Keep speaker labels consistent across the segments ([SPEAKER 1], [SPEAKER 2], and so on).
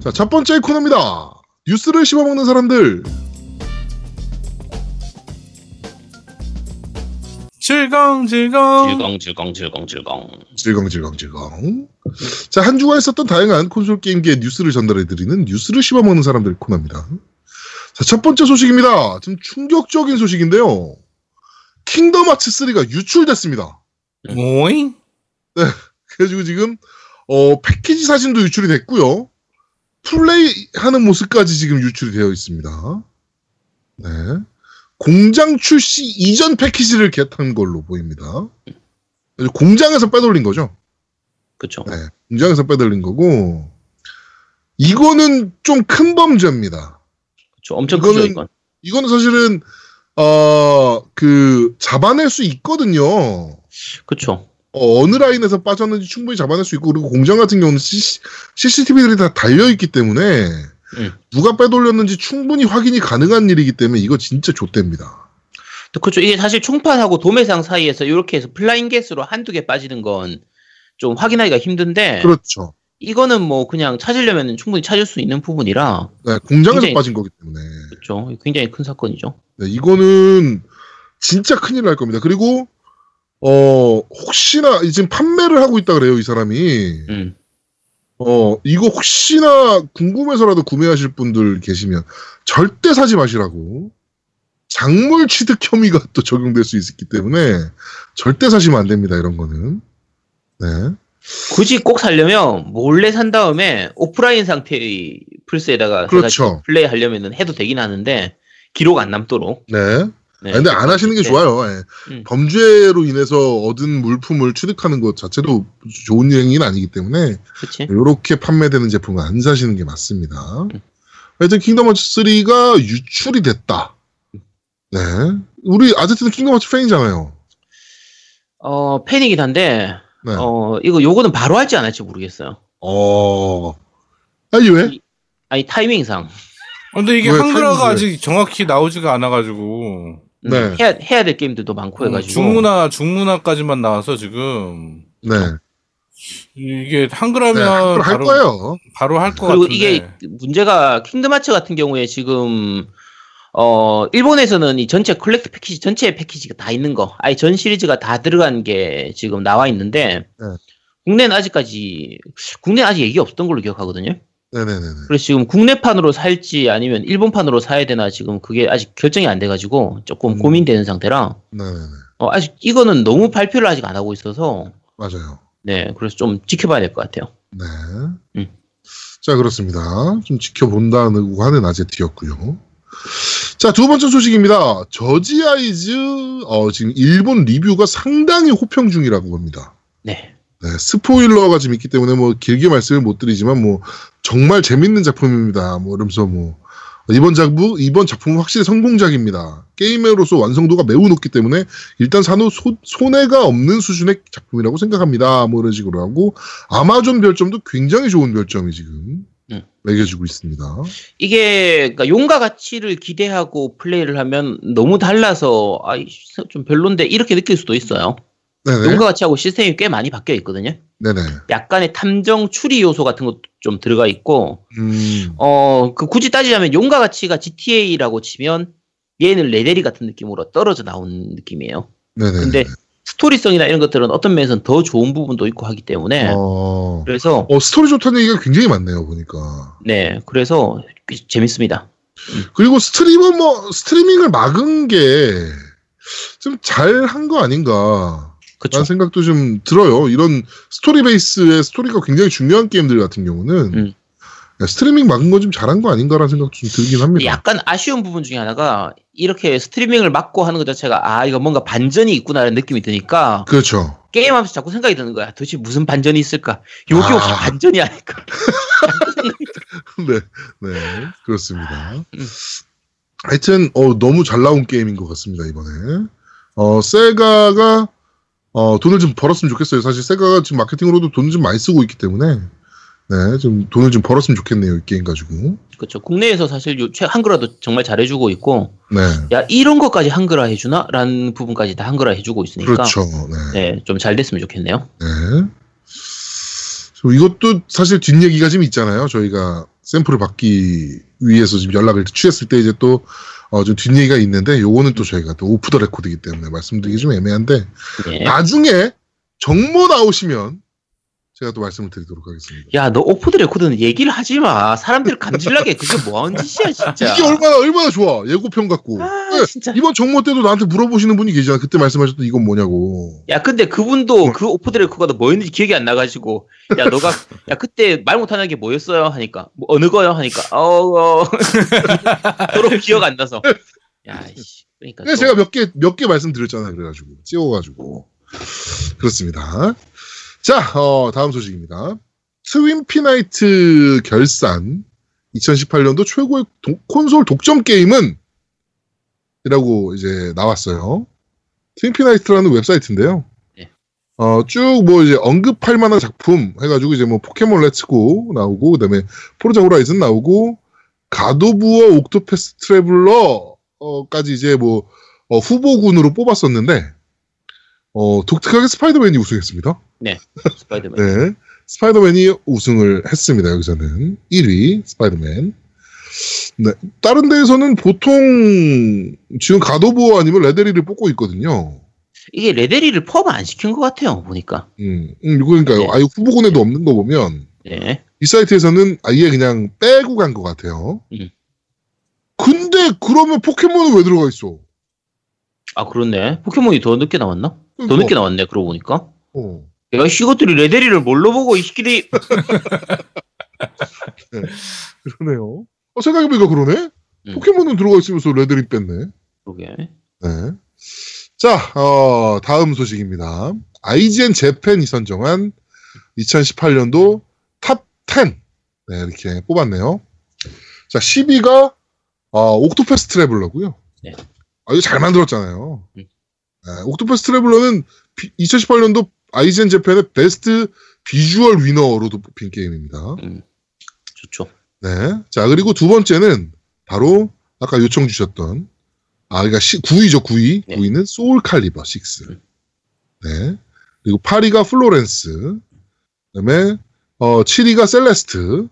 [SPEAKER 1] 자, 첫 번째 코너입니다. 뉴스를 씹어먹는 사람들.
[SPEAKER 2] 즐거운 즐거운
[SPEAKER 3] 질겅 질겅 질겅 질겅
[SPEAKER 1] 질겅질겅질겅. 자, 한 주간 있었던 다양한 콘솔 게임계의 뉴스를 전달해드리는 뉴스를 씹어먹는 사람들 코너입니다. 자, 첫 번째 소식입니다. 좀 충격적인 소식인데요. 킹덤 하츠 3가 유출됐습니다.
[SPEAKER 2] 오잉
[SPEAKER 1] 그래가지고 지금, 어, 패키지 사진도 유출이 됐고요. 플레이 하는 모습까지 지금 유출이 되어 있습니다. 네. 공장 출시 이전 패키지를 겟한 걸로 보입니다. 그래서 공장에서 빼돌린 거죠.
[SPEAKER 3] 그쵸
[SPEAKER 1] 네. 공장에서 빼돌린 거고 이거는 좀 큰 범죄입니다.
[SPEAKER 3] 그쵸 엄청
[SPEAKER 1] 이거는-
[SPEAKER 3] 크죠 이건
[SPEAKER 1] 이거는 사실은 어 그 잡아낼 수 있거든요.
[SPEAKER 3] 그쵸
[SPEAKER 1] 어, 느 라인에서 빠졌는지 충분히 잡아낼 수 있고 그리고 공장 같은 경우는 CC, CCTV들이 다 달려 있기 때문에
[SPEAKER 3] 음.
[SPEAKER 1] 누가 빼돌렸는지 충분히 확인이 가능한 일이기 때문에 이거 진짜 좆됩니다.
[SPEAKER 3] 또 그쵸 이게 사실 총판하고 도매상 사이에서 이렇게 해서 플라잉 게스로 한두 개 빠지는 건 좀 확인하기가 힘든데
[SPEAKER 1] 그렇죠.
[SPEAKER 3] 이거는 뭐 그냥 찾으려면 충분히 찾을 수 있는 부분이라
[SPEAKER 1] 네, 공장에서
[SPEAKER 3] 굉장히-
[SPEAKER 1] 빠진 거기 때문에
[SPEAKER 3] 그쵸 굉장히 큰 사건이죠
[SPEAKER 1] 네, 이거는 진짜 큰일 날 겁니다. 그리고 어 혹시나 이 지금 판매를 하고 있다 그래요 이 사람이.
[SPEAKER 3] 음
[SPEAKER 1] 어, 이거 혹시나 궁금해서라도 구매하실 분들 계시면 절대 사지 마시라고. 작물 취득 혐의가 또 적용될 수 있기 때문에 절대 사시면 안 됩니다, 이런 거는. 네.
[SPEAKER 3] 굳이 꼭 살려면 몰래 산 다음에 오프라인 상태의 플스에다가
[SPEAKER 1] 그렇죠.
[SPEAKER 3] 플레이 하려면은 해도 되긴 하는데 기록 안 남도록
[SPEAKER 1] 네.
[SPEAKER 3] 네.
[SPEAKER 1] 아, 근데 안 하시는 게
[SPEAKER 3] 네.
[SPEAKER 1] 좋아요. 예.
[SPEAKER 3] 음.
[SPEAKER 1] 범죄로 인해서 얻은 물품을 취득하는 것 자체도 좋은 여행은 아니기 때문에
[SPEAKER 3] 그치
[SPEAKER 1] 이렇게 판매되는 제품은 안 사시는 게 맞습니다.
[SPEAKER 3] 음.
[SPEAKER 1] 하여튼 킹덤 하츠 3가 유출이 됐다. 네. 우리 아제트는 킹덤 하츠 팬이잖아요.
[SPEAKER 3] 어 팬이긴 한데
[SPEAKER 1] 네. 어.
[SPEAKER 3] 어, 이거 요거는 바로 할지 안 할지 모르겠어요.
[SPEAKER 1] 아니 왜?
[SPEAKER 3] 아니 타이밍상
[SPEAKER 2] 어, 근데 이게
[SPEAKER 1] 왜
[SPEAKER 2] 한글화가
[SPEAKER 1] 팬분들?
[SPEAKER 2] 아직 정확히 나오지가 않아가지고
[SPEAKER 3] 음,
[SPEAKER 1] 네.
[SPEAKER 3] 해야 해야 될 게임들도 많고
[SPEAKER 2] 어,
[SPEAKER 3] 해가지고
[SPEAKER 2] 중문화 중문화까지만 나와서 지금
[SPEAKER 1] 네.
[SPEAKER 2] 이게
[SPEAKER 1] 네.
[SPEAKER 2] 한글화면
[SPEAKER 1] 그걸 할
[SPEAKER 2] 바로
[SPEAKER 1] 거예요.
[SPEAKER 2] 바로 할 것
[SPEAKER 3] 그리고
[SPEAKER 2] 같은데
[SPEAKER 3] 이게 문제가 킹덤 하츠 같은 경우에 지금 어 일본에서는 이 전체 컬렉트 패키지 전체 패키지가 다 있는 거 아예 전 시리즈가 다 들어간 게 지금 나와 있는데
[SPEAKER 1] 네.
[SPEAKER 3] 국내는 아직까지 국내는 아직 얘기 없었던 걸로 기억하거든요.
[SPEAKER 1] 네네네네.
[SPEAKER 3] 그래서 지금 국내판으로 살지 아니면 일본판으로 사야 되나 지금 그게 아직 결정이 안 돼가지고 조금
[SPEAKER 1] 음.
[SPEAKER 3] 고민되는 상태라
[SPEAKER 1] 네네네.
[SPEAKER 3] 어, 아직 이거는 너무 발표를 아직 안 하고 있어서
[SPEAKER 1] 맞아요.
[SPEAKER 3] 네 그래서 좀 지켜봐야 될 것 같아요.
[SPEAKER 1] 네.
[SPEAKER 3] 음.
[SPEAKER 1] 자 그렇습니다. 좀 지켜본다고 하는 아제트였고요. 자 두 번째 소식입니다. 저지 아이즈 어, 지금 일본 리뷰가 상당히 호평 중이라고 합니다.
[SPEAKER 3] 네.
[SPEAKER 1] 네, 스포일러가 좀 있기 때문에 뭐 길게 말씀을 못 드리지만 뭐 정말 재밌는 작품입니다. 뭐 이러면서 뭐 이번 작부 이번 작품은 확실히 성공작입니다. 게임으로서 완성도가 매우 높기 때문에 일단 산후 소- 손해가 없는 수준의 작품이라고 생각합니다. 뭐 이런 식으로 하고 아마존 별점도 굉장히 좋은 별점이 지금
[SPEAKER 3] 음.
[SPEAKER 1] 매겨지고 있습니다.
[SPEAKER 3] 이게 그러니까 용가 가치를 기대하고 플레이를 하면 너무 달라서 아좀 별론데 이렇게 느낄 수도 있어요.
[SPEAKER 1] 네네.
[SPEAKER 3] 용가 가치하고 시스템이 꽤 많이 바뀌어 있거든요.
[SPEAKER 1] 네네.
[SPEAKER 3] 약간의 탐정 추리 요소 같은 것도 좀 들어가 있고
[SPEAKER 1] 음.
[SPEAKER 3] 어그 굳이 따지자면 용가 가치가 GTA라고 치면 얘는 레데리 같은 느낌으로 떨어져 나온 느낌이에요.
[SPEAKER 1] 네네.
[SPEAKER 3] 근데 스토리성이나 이런 것들은 어떤 면에서는 더 좋은 부분도 있고 하기 때문에
[SPEAKER 1] 어...
[SPEAKER 3] 그래서
[SPEAKER 1] 어, 스토리 좋다는 얘기가 굉장히 많네요 보니까.
[SPEAKER 3] 네, 그래서 꽤 재밌습니다.
[SPEAKER 1] 그리고 스트리머 뭐 스트리밍을 막은 게 좀 잘 한 거 아닌가
[SPEAKER 3] 그쵸?
[SPEAKER 1] 라는 생각도 좀 들어요. 이런 스토리 베이스의 스토리가 굉장히 중요한 게임들 같은 경우는 네,
[SPEAKER 3] 음.
[SPEAKER 1] 스트리밍 막은 건 좀 잘한 거 아닌가라는 생각도 좀 들긴 합니다.
[SPEAKER 3] 약간 아쉬운 부분 중에 하나가 이렇게 스트리밍을 막고 하는 것 자체가 아 이거 뭔가 반전이 있구나라는 느낌이 드니까
[SPEAKER 1] 그렇죠.
[SPEAKER 3] 게임하면서 자꾸 생각이 드는 거야. 도대체 무슨 반전이 있을까? 요게 혹시
[SPEAKER 1] 아.
[SPEAKER 3] 반전이 아닐까?
[SPEAKER 1] 네, 네, 그렇습니다.
[SPEAKER 3] 음.
[SPEAKER 1] 하여튼 어, 너무 잘 나온 게임인 것 같습니다 이번에. 어, 세가가 어, 돈을 좀 벌었으면 좋겠어요. 사실 세가가 지금 마케팅으로도 돈을 좀 많이 쓰고 있기 때문에 네, 좀 돈을 좀 벌었으면 좋겠네요 이 게임 가지고.
[SPEAKER 3] 그렇죠. 국내에서 사실 요 최- 한글화도 정말 잘해주고 있고
[SPEAKER 1] 네,
[SPEAKER 3] 야 이런 것까지 한글화 해주나라는 부분까지 다 한글화 해주고 있으니까
[SPEAKER 1] 그렇죠. 네,
[SPEAKER 3] 네, 좀 잘 됐으면 좋겠네요.
[SPEAKER 1] 네. 저 이것도 사실 뒷얘기가 좀 있잖아요. 저희가 샘플을 받기 위해서 지금 연락을 취했을 때 이제 또 어, 좀 뒷얘기가 있는데 요거는 또 저희가 또 오프 더 레코드이기 때문에 말씀드리기 좀 애매한데
[SPEAKER 3] 예.
[SPEAKER 1] 나중에 정모 나오시면 제가 또 말씀을 드리도록 하겠습니다.
[SPEAKER 3] 야, 너 오프 드 레코드는 얘기를 하지 마. 사람들 감질나게 그게 뭐하는 짓이야, 진짜.
[SPEAKER 1] 이게 얼마나 얼마나 좋아 예고편 같고
[SPEAKER 3] 아,
[SPEAKER 1] 네,
[SPEAKER 3] 진짜.
[SPEAKER 1] 이번 정모 때도 나한테 물어보시는 분이 계시잖아 그때 말씀하셨던 이건 뭐냐고
[SPEAKER 3] 야, 근데 그분도
[SPEAKER 1] 응.
[SPEAKER 3] 그 오프 드 레코드가 뭐였는지 기억이 안 나가지고, 야, 너가, 야, 그때 말 못하는 게 뭐였어요? 하니까, 뭐, 어느 거요? 하니까, 어, 어. 서로 기억 안 나서. 야, 씨. 그러니까.
[SPEAKER 1] 그래서
[SPEAKER 3] 또-
[SPEAKER 1] 제가 몇 개 몇 개 말씀드렸잖아 그래가지고 찍어가지고 그렇습니다. 자 어, 다음 소식입니다. 트윈피나이트 결산 2018년도 최고의 도- 콘솔 독점 게임은 이라고 이제 나왔어요. 트윈피나이트라는 웹사이트인데요.
[SPEAKER 3] 네.
[SPEAKER 1] 쭉 뭐 이제 언급할 만한 작품 해가지고 이제 뭐 포켓몬 렛츠고 나오고 그다음에 포르자 호라이즌 나오고 가도부어 옥토패스 트래블러 어, 까지 이제 뭐 어, 후보군으로 뽑았었는데 어, 독특하게 스파이더맨이 우승했습니다.
[SPEAKER 3] 스파이더맨.
[SPEAKER 1] 네. 스파이더맨이 우승을 했습니다. 여기서는 1위 스파이더맨. 네. 다른 데에서는 보통 지금 가도보 아니면 레데리를 뽑고 있거든요.
[SPEAKER 3] 이게 레데리를 포함 안 시킨 것 같아요, 보니까.
[SPEAKER 1] 음, 음, 그러니까요.
[SPEAKER 3] 네.
[SPEAKER 1] 아예 후보군에도 없는 거 보면
[SPEAKER 3] 네.
[SPEAKER 1] 이 사이트에서는 아예 그냥 빼고 간 것 같아요.
[SPEAKER 3] 음.
[SPEAKER 1] 근데 그러면 포켓몬은 왜 들어가 있어?
[SPEAKER 3] 아, 그렇네. 포켓몬이 더 늦게 나왔나? 더
[SPEAKER 1] 그러니까,
[SPEAKER 3] 늦게 나왔네, 그러고 보니까.
[SPEAKER 1] 어.
[SPEAKER 3] 야, 이 이것들이 레데리를 뭘로 보고, 이 새끼들이.
[SPEAKER 1] 그러네요. 어, 생각해보니까 그러네?
[SPEAKER 3] 음.
[SPEAKER 1] 포켓몬은 들어가 있으면서 레드링 뺐네.
[SPEAKER 3] 그러게.
[SPEAKER 1] 네. 자, 어, 다음 소식입니다. IGN 재팬이 선정한 2018년도 탑10. 네, 이렇게 뽑았네요. 자, 10위가, 어, 옥토패스 트래블러고요
[SPEAKER 3] 네.
[SPEAKER 1] 아, 이거 잘 만들었잖아요.
[SPEAKER 3] 음.
[SPEAKER 1] 네, 옥토패스 트래블러는 2018년도 IGN 재팬의 베스트 비주얼 위너로도 뽑힌 게임입니다.
[SPEAKER 3] 좋죠.
[SPEAKER 1] 네. 자, 그리고 두 번째는 바로 아까 요청 주셨던 아, 그러니까 9위죠, 9위.
[SPEAKER 3] 네.
[SPEAKER 1] 9위는 소울 칼리버 6.
[SPEAKER 3] 음.
[SPEAKER 1] 네. 그리고 8위가 플로렌스. 그다음에 어, 7위가 셀레스트.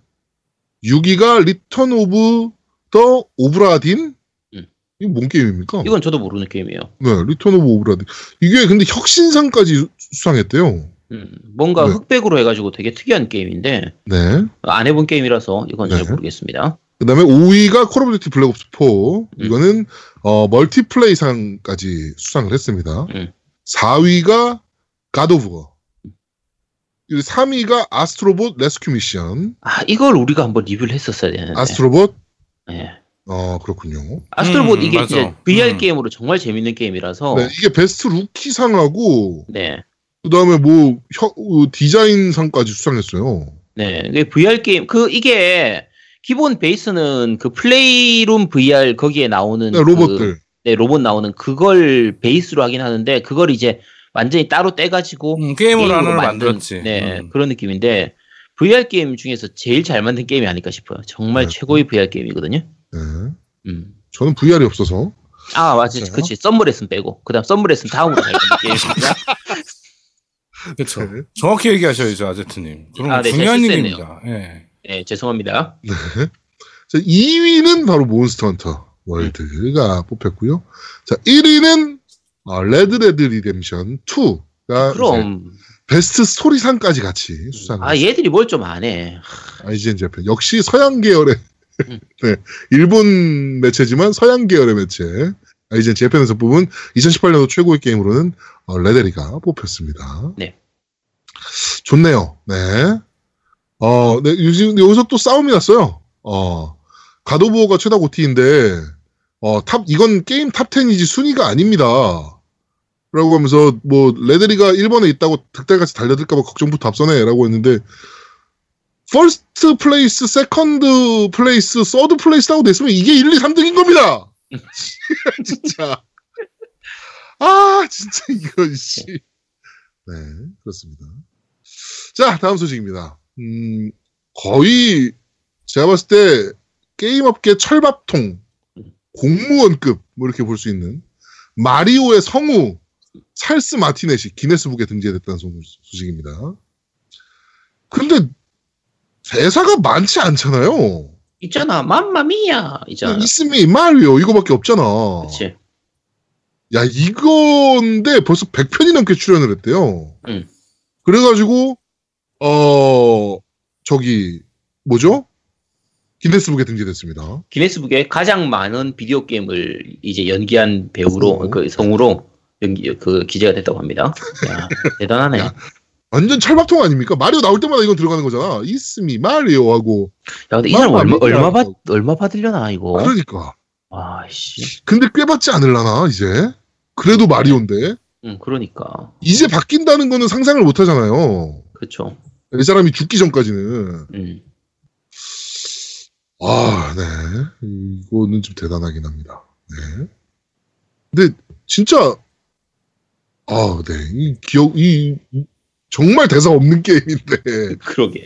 [SPEAKER 1] 6위가 리턴 오브 더 오브라딘.
[SPEAKER 3] 음.
[SPEAKER 1] 이게 뭔 게임입니까?
[SPEAKER 3] 이건 저도 모르는 게임이에요.
[SPEAKER 1] 네, 리턴 오브 오브라딘. 이게 근데 혁신상까지 수상했대요.
[SPEAKER 3] 음, 뭔가
[SPEAKER 1] 네.
[SPEAKER 3] 흑백으로 해가지고 되게 특이한 게임인데
[SPEAKER 1] 네.
[SPEAKER 3] 안 해본 게임이라서 이건
[SPEAKER 1] 네.
[SPEAKER 3] 잘 모르겠습니다.
[SPEAKER 1] 그 다음에 5위가 콜 오브 듀티 블랙 옵스 4.
[SPEAKER 3] 음.
[SPEAKER 1] 이거는 어, 멀티플레이 상까지 수상을 했습니다.
[SPEAKER 3] 음.
[SPEAKER 1] 4위가 가도브어 3위가 아스트로봇 레스큐 미션.
[SPEAKER 3] 아 이걸 우리가 한번 리뷰를 했었어야 되는데.
[SPEAKER 1] 아스트로봇?
[SPEAKER 3] 예.
[SPEAKER 1] 어, 그렇군요.
[SPEAKER 3] 아스트로봇
[SPEAKER 2] 음,
[SPEAKER 3] 이게
[SPEAKER 2] 맞아.
[SPEAKER 3] 이제 VR
[SPEAKER 2] 음.
[SPEAKER 3] 게임으로 정말 재밌는 게임이라서.
[SPEAKER 1] 네,
[SPEAKER 3] 네.
[SPEAKER 1] 이게 베스트 루키 상하고,
[SPEAKER 2] 네.
[SPEAKER 1] 그 다음에 뭐, 혀- 어, 디자인 상까지 수상했어요.
[SPEAKER 3] 네. 이게 VR 게임 그 이게 기본 베이스는 그 플레이룸 VR 거기에 나오는
[SPEAKER 1] 네,
[SPEAKER 3] 그-
[SPEAKER 1] 로봇들.
[SPEAKER 3] 네, 로봇 나오는 그걸 베이스로 하긴 하는데 그걸 이제 완전히 따로 떼가지고
[SPEAKER 2] 음, 게임으로
[SPEAKER 3] 게임으로
[SPEAKER 2] 하나를
[SPEAKER 3] 만든,
[SPEAKER 2] 만들었지.
[SPEAKER 3] 네,
[SPEAKER 2] 음.
[SPEAKER 3] 그런 느낌인데 VR 게임 중에서 제일 잘 만든 게임이 아닐까 싶어요. 정말
[SPEAKER 1] 네.
[SPEAKER 3] 최고의 VR 게임이거든요.
[SPEAKER 1] 네.
[SPEAKER 3] 음.
[SPEAKER 1] 저는 VR이 없어서.
[SPEAKER 3] 아, 맞지.
[SPEAKER 1] 진짜요?
[SPEAKER 3] 그치. 썸머레슨 빼고. 그 다음 썸머레슨 다음으로 잘 만든 게임입니다.
[SPEAKER 2] 그쵸.
[SPEAKER 1] 네.
[SPEAKER 2] 정확히 얘기하셔야죠, 아제트님. 그럼
[SPEAKER 3] 음. 아, 네,
[SPEAKER 2] 중요한
[SPEAKER 3] 제가
[SPEAKER 2] 일입니다. 예.
[SPEAKER 3] 네, 죄송합니다.
[SPEAKER 1] 자, 2위는 바로 몬스터 헌터 월드가 뽑혔고요. 자, 1위는 아, 레드 레드 리뎀션 2가
[SPEAKER 3] 그럼.
[SPEAKER 1] 베스트 스토리상까지 같이 수상을
[SPEAKER 3] 예. 아, 얘들이 뭘 좀 안 해.
[SPEAKER 1] IGN 재팬 역시 서양 계열의
[SPEAKER 3] 음.
[SPEAKER 1] 네, 일본 매체지만 서양 계열의 매체 IGN 재팬에서 뽑은 2018년도 최고의 게임으로는 어, 레데리가 뽑혔습니다.
[SPEAKER 3] 네.
[SPEAKER 1] 좋네요. 네. 어, 네, 요즘 여기서 또 싸움이 났어요. 어, 가도보어가 최다 고티인데 어, 탑 이건 게임 탑 10이지 순위가 아닙니다. 라고 하면서 뭐 레데리가 1번에 있다고 득달같이 달려들까봐 걱정부터 앞서네라고 했는데 퍼스트 플레이스, 세컨드 플레이스, 서드 플레이스라고 됐으면 이게 1, 2, 3등인 겁니다. 진짜. 아, 진짜 이거 씨. 네, 그렇습니다. 자, 다음 소식입니다. 음, 거의 제가 봤을 때 게임 업계 철밥통 공무원급 뭐 이렇게 볼 수 있는 마리오의 성우 찰스 마티넷이 기네스북에 등재됐다는 소- 소식입니다. 근데 대사가 많지 않잖아요.
[SPEAKER 3] 있잖아 맘마미야 음, 있잖아
[SPEAKER 1] 있으면 마리오 이거밖에 없잖아.
[SPEAKER 3] 그치
[SPEAKER 1] 야 이건데 벌써 100편이 넘게 출연을 했대요.
[SPEAKER 3] 음.
[SPEAKER 1] 그래가지고 어 저기 뭐죠? 기네스북에 등재됐습니다.
[SPEAKER 3] 기네스북에 가장 많은 비디오 게임을 이제 연기한 배우로
[SPEAKER 1] 성우.
[SPEAKER 3] 그 성우로 연기 그 기재가 됐다고 합니다 야, 대단하네
[SPEAKER 1] 야. 완전 철밥통 아닙니까? 마리오 나올 때마다 이건 들어가는 거잖아. 이스미 마리오 하고
[SPEAKER 3] 야, 근데 이 사람 얼마,
[SPEAKER 1] 마음이
[SPEAKER 3] 얼마 받,
[SPEAKER 1] 아프다고.
[SPEAKER 3] 얼마 받으려나, 이거?
[SPEAKER 1] 그러니까.
[SPEAKER 3] 아, 씨.
[SPEAKER 1] 근데 꽤 받지 않을라나 이제. 그래도 마리오인데
[SPEAKER 3] 응, 그러니까.
[SPEAKER 1] 이제 바뀐다는 거는 상상을 못 하잖아요.
[SPEAKER 3] 그쵸.
[SPEAKER 1] 이 사람이 죽기 전까지는
[SPEAKER 3] 음.
[SPEAKER 1] 아, 네. 이거는 좀 대단하긴 합니다. 네. 근데 진짜 아, 네. 이 기억 이, 이- 정말 대사 없는 게임인데.
[SPEAKER 3] 그러게.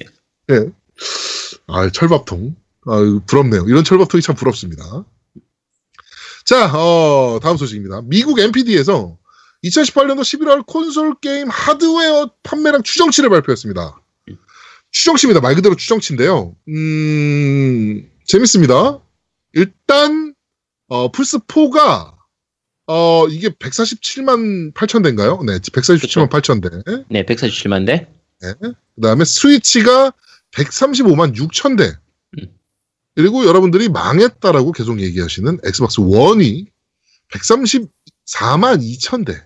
[SPEAKER 1] 아, 철밥통. 아, 이거 부럽네요. 이런 철밥통이 참 부럽습니다. 자, 어, 다음 소식입니다. 미국 NPD에서 2018년도 11월 콘솔 게임 하드웨어 판매량 추정치를 발표했습니다. 추정치입니다. 말 그대로 추정치인데요. 음, 재밌습니다. 일단, 어, 플스4가, 어, 이게 147만 8천 대인가요? 네, 147만 8천 대.
[SPEAKER 3] 네, 147만 대.
[SPEAKER 1] 그 다음에 스위치가 135만 6천 대.
[SPEAKER 3] 음.
[SPEAKER 1] 그리고 여러분들이 망했다라고 계속 얘기하시는 엑스박스 원이 134만 2천 대.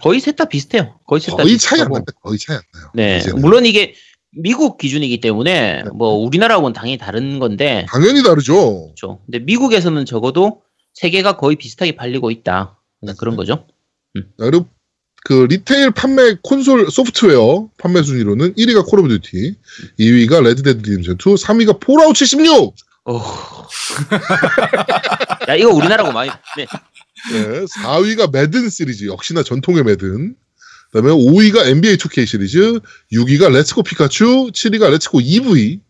[SPEAKER 3] 거의 셋 다 비슷해요. 거의 셋 다
[SPEAKER 1] 거의 차이 안
[SPEAKER 3] 비슷하고.
[SPEAKER 1] 나요. 거의 차이 안 나요.
[SPEAKER 3] 네.
[SPEAKER 1] 이제는. 뭐
[SPEAKER 3] 물론 이게 미국 기준이기 때문에,
[SPEAKER 1] 네.
[SPEAKER 3] 뭐, 우리나라하고는 당연히 다른 건데,
[SPEAKER 1] 당연히 다르죠.
[SPEAKER 3] 그쵸. 근데 미국에서는 적어도 세 개가 거의 비슷하게 팔리고 있다. 그냥
[SPEAKER 1] 네.
[SPEAKER 3] 그런 거죠.
[SPEAKER 1] 자, 그리고 그 리테일 판매 콘솔 소프트웨어 판매 순위로는 1위가 콜 오브 듀티, 2위가 레드데드 리듬션 2, 3위가 폴아웃 76.
[SPEAKER 3] 어 야, 이거 우리나라고 많이. 네.
[SPEAKER 1] 네, 4위가 매든 시리즈 역시나 전통의 매든 그다음에 5위가 NBA 2K 시리즈 6위가 레츠고 피카츄 7위가 레츠고 EV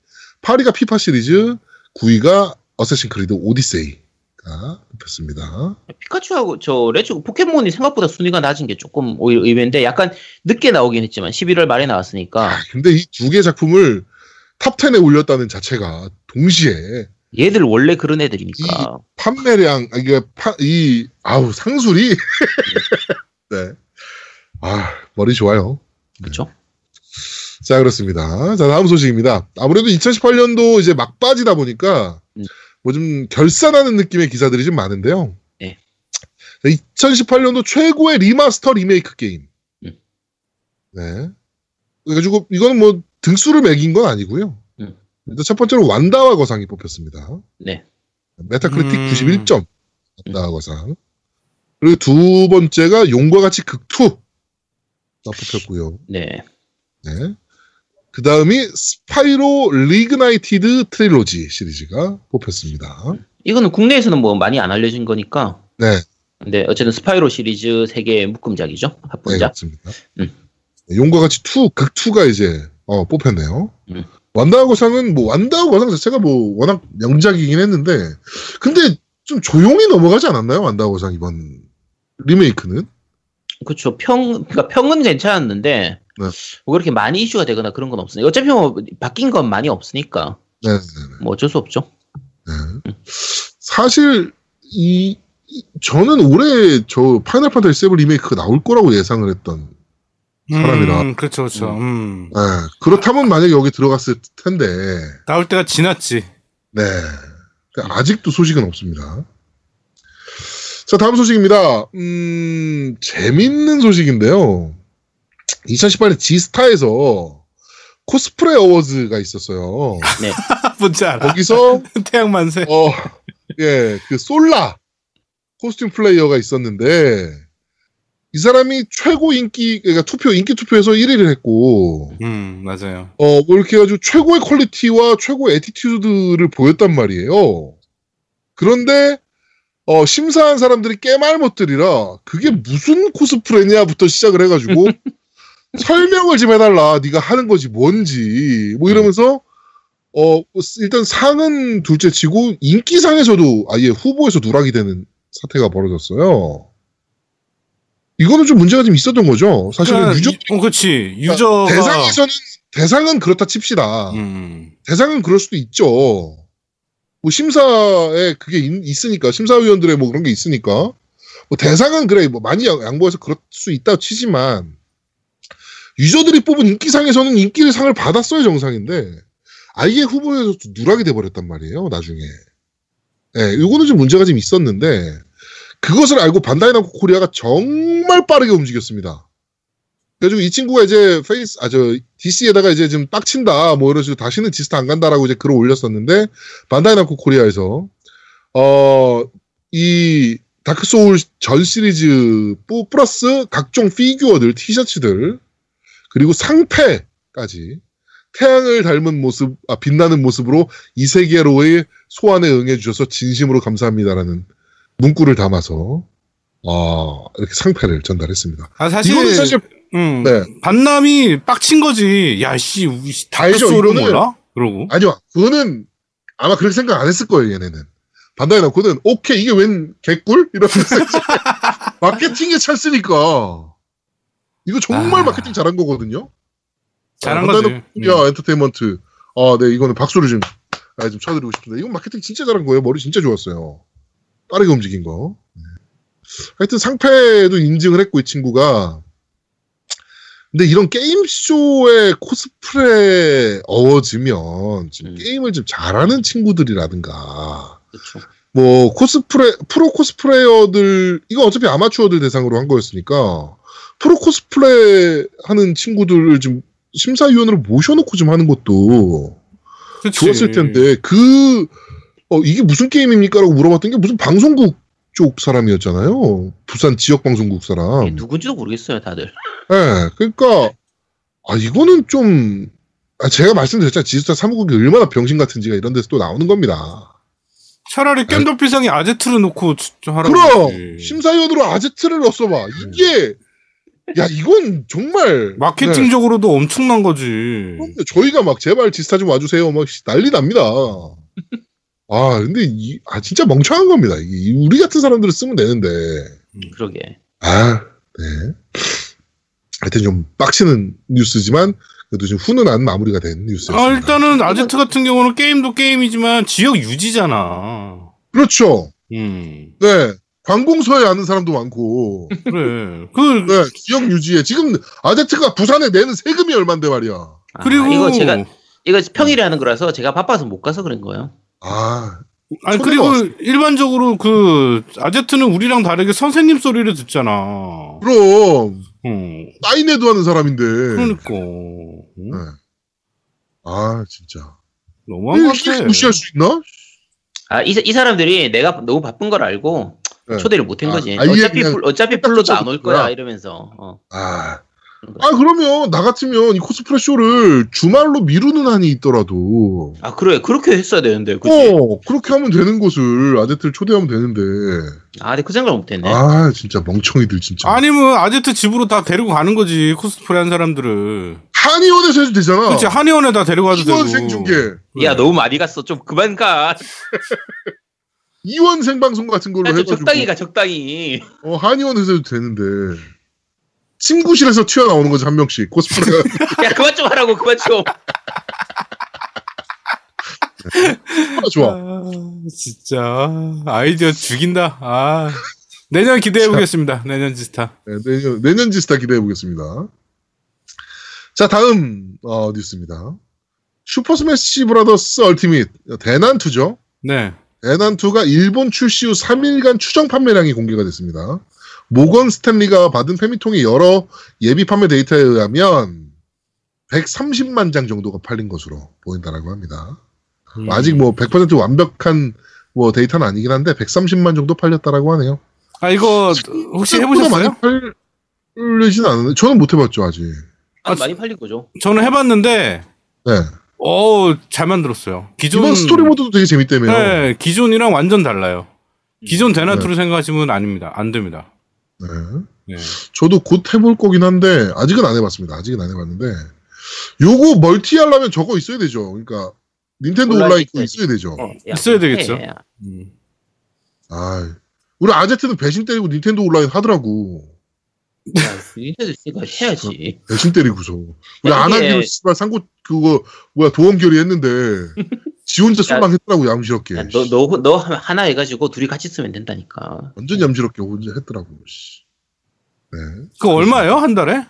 [SPEAKER 1] 8위가 피파 시리즈 9위가 어쌔신 크리드 오디세이가 높였습니다
[SPEAKER 3] 피카츄하고 저 레츠고 포켓몬이 생각보다 순위가 낮은 게 조금 오히려 의외인데 약간 늦게 나오긴 했지만 11월 말에 나왔으니까
[SPEAKER 1] 근데 이 두 개 작품을 탑10에 올렸다는 자체가 동시에
[SPEAKER 3] 얘들 원래 그런 애들이니까
[SPEAKER 1] 판매량 아, 이게 파, 이 아우 상술이 네. 아 머리 좋아요
[SPEAKER 3] 그렇죠?
[SPEAKER 1] 자, 그렇습니다. 자, 다음 소식입니다. 아무래도 2018년도 이제 막바지다 보니까
[SPEAKER 3] 음.
[SPEAKER 1] 뭐 좀 결산하는 느낌의 기사들이 좀 많은데요.
[SPEAKER 3] 네.
[SPEAKER 1] 2018년도 최고의 리마스터 리메이크 게임.
[SPEAKER 3] 음.
[SPEAKER 1] 네. 그래가지고 이거는 뭐 등수를 매긴 건 아니고요.
[SPEAKER 3] 음.
[SPEAKER 1] 일단 첫 번째로 완다와 거상이 뽑혔습니다.
[SPEAKER 3] 네. 음.
[SPEAKER 1] 메타크리틱
[SPEAKER 2] 음.
[SPEAKER 1] 91점 완다와 거상. 그리고 두 번째가 용과 같이 극투. 가 뽑혔고요.
[SPEAKER 3] 네.
[SPEAKER 1] 네. 그 다음이 스파이로 리그나이티드 트릴로지 시리즈가 뽑혔습니다.
[SPEAKER 3] 이거는 국내에서는 뭐 많이 안 알려진 거니까
[SPEAKER 1] 네.
[SPEAKER 3] 근데 어쨌든 스파이로 시리즈 세계의 묶음작이죠
[SPEAKER 1] 네,
[SPEAKER 3] 합본작
[SPEAKER 1] 그렇습니다.
[SPEAKER 3] 음.
[SPEAKER 1] 네, 용과 같이 투 극투가 이제 어, 뽑혔네요.
[SPEAKER 3] 음.
[SPEAKER 1] 완다하고상은 뭐 완다하고상 자체가 뭐 워낙 명작이긴 했는데 근데 좀 조용히 넘어가지 않았나요? 완다하고상 이번 리메이크는?
[SPEAKER 3] 그렇죠 평 그러니까 평은 괜찮았는데
[SPEAKER 1] 네.
[SPEAKER 3] 뭐 그렇게 많이 이슈가 되거나 그런 건 없으니까 어차피 뭐 바뀐 건 많이 없으니까
[SPEAKER 1] 네, 네, 네.
[SPEAKER 3] 뭐 어쩔 수 없죠
[SPEAKER 1] 네. 사실 이, 이- 저는 올해 저 파이널 판타지 7 리메이크가 나올 거라고 예상을 했던 사람이라.
[SPEAKER 2] 음, 그렇죠, 그렇죠. 음.
[SPEAKER 1] 네, 그렇다면 만약에 여기 들어갔을 텐데,
[SPEAKER 2] 나올 때가 지났지.
[SPEAKER 1] 네. 근데 아직도 소식은 없습니다. 자, 다음 소식입니다. 음, 재밌는 소식인데요. 2018년 지스타에서 코스프레 어워즈가 있었어요.
[SPEAKER 2] 뭔지
[SPEAKER 1] 어?
[SPEAKER 2] 알아.
[SPEAKER 1] 거기서,
[SPEAKER 2] 태양만세.
[SPEAKER 1] 어, 예, 그 솔라 코스튬 플레이어가 있었는데, 이 사람이 최고 인기, 그러니까 투표, 인기 투표에서 1위를 했고,
[SPEAKER 2] 음, 맞아요.
[SPEAKER 1] 어, 뭐 이렇게 해가지고 최고의 퀄리티와 최고의 에티튜드를 보였단 말이에요. 그런데, 어, 심사한 사람들이 깨말 못들이라, 그게 무슨 코스프레냐부터 시작을 해가지고, 설명을 좀 해달라. 네가 하는 거지 뭔지.
[SPEAKER 2] 음.
[SPEAKER 1] 뭐 이러면서, 어, 일단 상은 둘째 치고, 인기상에서도 아예 후보에서 누락이 되는 사태가 벌어졌어요. 이거는 좀 문제가 좀 있었던 거죠. 사실은
[SPEAKER 2] 그러니까
[SPEAKER 1] 유저 그러니까
[SPEAKER 2] 유- 어, 그렇지. 유저가
[SPEAKER 1] 대상에서는 대상은 그렇다 칩시다.
[SPEAKER 2] 음.
[SPEAKER 1] 대상은 그럴 수도 있죠. 뭐 심사에 그게 있, 으니까 심사위원들의 뭐 그런 게 있으니까 뭐 대상은 그래 뭐 많이 양- 양보해서 그럴 수 있다 치지만 유저들이 뽑은 인기상에서는 인기를 상을 받았어야 정상인데 아예 후보에서 누락이 돼버렸단 말이에요 나중에 예 요거는 좀 문제가 좀 있었는데 그것을 알고 반다이 남코 코리아가 정말 빠르게 움직였습니다 그래가지고 이 친구가 이제 페이스 아 저 DC에다가 이제 좀 빡친다 뭐 이런 식으로 다시는 지스타 안 간다라고 이제 글을 올렸었는데 반다이 남코 코리아에서 어 이 다크 소울 전 시리즈 뿌- 플러스 각종 피규어들 티셔츠들 그리고 상패까지 태양을 닮은 모습 아 빛나는 모습으로 이 세계로의 소환에 응해 주셔서 진심으로 감사합니다라는 문구를 담아서 아 이렇게 상패를 전달했습니다.
[SPEAKER 2] 아 사실
[SPEAKER 1] 이거는 사실
[SPEAKER 2] 음.
[SPEAKER 1] 네.
[SPEAKER 2] 반남이 빡친 거지. 야, 씨, 우리 씨,
[SPEAKER 1] 다 알죠,
[SPEAKER 2] 다크소울은
[SPEAKER 1] 이거는.
[SPEAKER 2] 몰라? 그러고.
[SPEAKER 1] 아니요, 그거는 아마 그렇게 생각 안 했을 거예요, 얘네는. 반다이 나코는 오케이 이게 웬 개꿀 이러면서 이제 마케팅에 찰스니까 이거 정말
[SPEAKER 2] 아.
[SPEAKER 1] 마케팅 잘한 거거든요.
[SPEAKER 2] 잘한
[SPEAKER 1] 아,
[SPEAKER 2] 거지. 음.
[SPEAKER 1] 반다이 코리아 엔터테인먼트. 아, 네 이거는 박수를 좀, 아, 좀 쳐드리고 싶은데 이건 마케팅 진짜 잘한 거예요. 머리 진짜 좋았어요. 빠르게 움직인 거. 네. 하여튼 상패도 인증을 했고 이 친구가. 근데 이런 게임 쇼의 코스프레 어워지면 지금
[SPEAKER 3] 음.
[SPEAKER 1] 게임을 좀 잘하는 친구들이라든가
[SPEAKER 3] 그렇죠.
[SPEAKER 1] 뭐 코스프레 프로 코스프레이어들 이거 어차피 아마추어들 대상으로 한 거였으니까 프로 코스프레 하는 친구들을 좀 심사위원으로 모셔놓고 좀 하는 것도
[SPEAKER 2] 그치.
[SPEAKER 1] 좋았을 텐데 그 어, 이게 무슨 게임입니까라고 물어봤던 게 무슨 방송국 쪽 사람이었잖아요 부산 지역 방송국 사람
[SPEAKER 3] 이게 네, 누군지도 모르겠어요, 다들.
[SPEAKER 1] 예, 그러니까 아 이거는 좀 아, 제가 말씀드렸잖아요 지스타 사무국이 얼마나 병신 같은지가 이런 데서 또 나오는 겁니다
[SPEAKER 2] 차라리 겜덕비상에 아제트를 놓고 주- 좀 하라고.
[SPEAKER 1] 아, 그럼
[SPEAKER 2] 그러지.
[SPEAKER 1] 심사위원으로 아제트를 넣어봐 이게 야 이건 정말 네.
[SPEAKER 2] 마케팅적으로도 엄청난 거지.
[SPEAKER 1] 그럼요. 저희가 막 제발 지스타 좀 와주세요 막 씨, 난리 납니다 아 근데 이, 아 진짜 멍청한 겁니다 이, 우리 같은 사람들을 쓰면 되는데
[SPEAKER 3] 그러게.
[SPEAKER 1] 아네 하여튼 좀 빡치는 뉴스지만 그래도 좀 훈훈한 마무리가 된 뉴스였습니다
[SPEAKER 2] 아, 일단은 아제트 같은 경우는 게임도 게임이지만 지역 유지잖아.
[SPEAKER 1] 그렇죠
[SPEAKER 2] 음.
[SPEAKER 1] 네 관공서에 아는 사람도 많고
[SPEAKER 2] 그래. 그
[SPEAKER 1] 네, 지역 유지에 지금 아제트가 부산에 내는 세금이 얼만데 말이야
[SPEAKER 3] 아,
[SPEAKER 2] 그리고
[SPEAKER 3] 이거 제가 이거 평일에 하는 거라서 제가 바빠서 못 가서 그런 거예요.
[SPEAKER 1] 아
[SPEAKER 2] 아니
[SPEAKER 1] 초대가
[SPEAKER 2] 그리고
[SPEAKER 1] 왔어요.
[SPEAKER 2] 일반적으로 그 아제트는 우리랑 다르게 선생님 소리를 듣잖아.
[SPEAKER 1] 그럼
[SPEAKER 2] 응.
[SPEAKER 1] 사인회도 하는 사람인데.
[SPEAKER 2] 그러니까 응?
[SPEAKER 1] 네. 아 진짜.
[SPEAKER 2] 너무한 것
[SPEAKER 1] 이렇게
[SPEAKER 2] 같아.
[SPEAKER 1] 무시할 수 있나?
[SPEAKER 3] 아, 이, 사- 이 사람들이 내가 너무 바쁜 걸 알고
[SPEAKER 1] 네.
[SPEAKER 3] 초대를 못 한
[SPEAKER 1] 아,
[SPEAKER 3] 거지.
[SPEAKER 1] 아예
[SPEAKER 3] 어차피,
[SPEAKER 1] 그냥
[SPEAKER 3] 불, 어차피 불러도 안 올 거야,
[SPEAKER 1] 그냥.
[SPEAKER 3] 이러면서. 어.
[SPEAKER 1] 아. 아 그러면 나 같으면 이 코스프레 쇼를 주말로 미루는 한이 있더라도.
[SPEAKER 3] 아, 그래. 그렇게 했어야 되는데. 그치?
[SPEAKER 1] 어 그렇게 하면 되는 곳을 아재들 초대하면 되는데.
[SPEAKER 3] 아, 근데 그 생각을 못 했네.
[SPEAKER 1] 아 진짜 멍청이들 진짜.
[SPEAKER 2] 아니면 아제트 집으로 다 데리고 가는 거지 코스프레 한 사람들을.
[SPEAKER 1] 한의원에서 해도 되잖아.
[SPEAKER 2] 그렇지 한의원에 다 데려가도 되고.
[SPEAKER 1] 어. 이원 생중계,
[SPEAKER 3] 야, 너무 많이 갔어. 좀 그만 가.
[SPEAKER 1] 이원 생방송 같은 걸로
[SPEAKER 3] 좀
[SPEAKER 1] 해가지고
[SPEAKER 3] 적당히 가, 적당히.
[SPEAKER 1] 어, 한의원에서 해도 되는데 침구실에서 튀어나오는 거지 한 명씩 코스프레가
[SPEAKER 3] 야, 그만 좀 하라고, 그만 좀.
[SPEAKER 1] 아, 좋아.
[SPEAKER 2] 아, 진짜 아이디어 죽인다. 아 내년 기대해 보겠습니다. 내년 지스타.
[SPEAKER 1] 네, 내년, 내년 지스타 기대해 보겠습니다. 자, 다음 어, 뉴스입니다. 슈퍼 스매시 브라더스 얼티밋 대난투죠.
[SPEAKER 2] 네.
[SPEAKER 1] 대난투가 일본 출시 후 3일간 추정 판매량이 공개가 됐습니다. 모건 스탠리가 받은 페미통의 여러 예비 판매 데이터에 의하면 130만 장 정도가 팔린 것으로 보인다라고 합니다.
[SPEAKER 2] 음.
[SPEAKER 1] 아직 뭐 100% 완벽한 뭐 데이터는 아니긴 한데 130만 정도 팔렸다라고 하네요.
[SPEAKER 2] 아 이거 혹시
[SPEAKER 1] 생각보다
[SPEAKER 2] 해보셨어요?
[SPEAKER 1] 많이 팔리진 않은데 저는 못 해봤죠 아직.
[SPEAKER 3] 아,
[SPEAKER 2] 아,
[SPEAKER 3] 많이 팔린 거죠.
[SPEAKER 2] 저는 해봤는데
[SPEAKER 1] 네.
[SPEAKER 2] 어잘 만들었어요. 기존
[SPEAKER 1] 이번 스토리 모드도 되게 재밌다며요. 음. 네.
[SPEAKER 2] 네, 기존이랑 완전 달라요. 기존 대나투로 생각하시면 아닙니다. 안 됩니다. 네.
[SPEAKER 1] 저도 곧 해볼 거긴 한데 아직은 안 해봤습니다. 아직은 안 해봤는데 요거 멀티 하려면 저거 있어야 되죠. 그러니까 닌텐도
[SPEAKER 3] 온라인
[SPEAKER 1] 온라인 거
[SPEAKER 3] 있어야지.
[SPEAKER 1] 있어야 되죠.
[SPEAKER 3] 어, 야,
[SPEAKER 2] 있어야
[SPEAKER 3] 그래.
[SPEAKER 2] 되겠죠.
[SPEAKER 1] 음. 아, 우리 아제트는 배신 때리고 닌텐도 온라인 하더라고.
[SPEAKER 3] 해줬으니까 해야지.
[SPEAKER 1] 대신 때리고서. 왜
[SPEAKER 2] 예.
[SPEAKER 1] 안
[SPEAKER 3] 이게-
[SPEAKER 1] 하기로 씨발 상고 그거 뭐야 도원결의 했는데 지 혼자 술망했더라고 얌시럽게.
[SPEAKER 3] 야, 너, 너, 너 하나 해가지고 둘이 같이 쓰면 된다니까.
[SPEAKER 1] 완전 얌시럽게 혼자 했더라고. 씨. 네.
[SPEAKER 2] 그거 얼마예요? 한 달에? 아,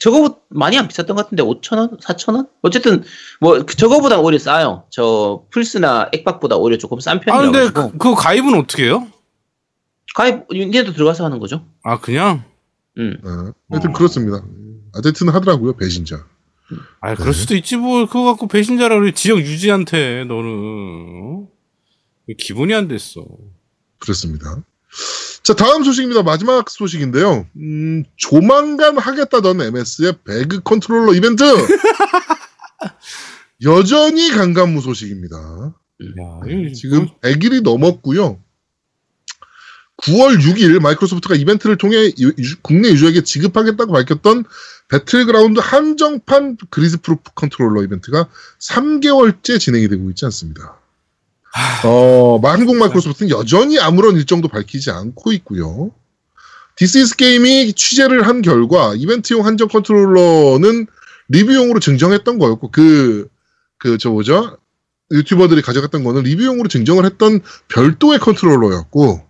[SPEAKER 3] 저거 많이 안 비쌌던 것 같은데 5천원? 4천원? 어쨌든 뭐 그- 저거보다 오히려 싸요. 저 플스나 액박보다 오히려 조금 싼
[SPEAKER 2] 아,
[SPEAKER 3] 편이라고.
[SPEAKER 2] 근데 그, 그 가입은 어떻게 해요?
[SPEAKER 3] 가입 닌텐도 들어가서 하는 거죠.
[SPEAKER 2] 아, 그냥?
[SPEAKER 3] 음.
[SPEAKER 1] 네. 하여튼
[SPEAKER 2] 어.
[SPEAKER 1] 그렇습니다. 아제트는 하더라고요 배신자.
[SPEAKER 2] 아,
[SPEAKER 1] 네.
[SPEAKER 2] 그럴 수도 있지 뭘 그거 갖고 배신자라 그래. 지역 유지한테 너는 어? 기분이 안 됐어.
[SPEAKER 1] 그렇습니다. 자 다음 소식입니다. 마지막 소식인데요. 음, 조만간 하겠다던 MS의 배그 컨트롤러 이벤트 여전히 강간무 소식입니다.
[SPEAKER 2] 야, 뭐
[SPEAKER 1] 네, 지금 100일이 넘었고요. 9월 6일 마이크로소프트가 이벤트를 통해 유- 유- 국내 유저에게 지급하겠다고 밝혔던 배틀그라운드 한정판 그리즈 프루프 컨트롤러 이벤트가 3개월째 진행이 되고 있지 않습니다. 어, 마- 한국 마이크로소프트는 여전히 아무런 일정도 밝히지 않고 있고요. 디스이스 게임이 취재를 한 결과 이벤트용 한정 컨트롤러는 리뷰용으로 증정했던 거였고 그 그저 뭐죠 유튜버들이 가져갔던 거는 리뷰용으로 증정을 했던 별도의 컨트롤러였고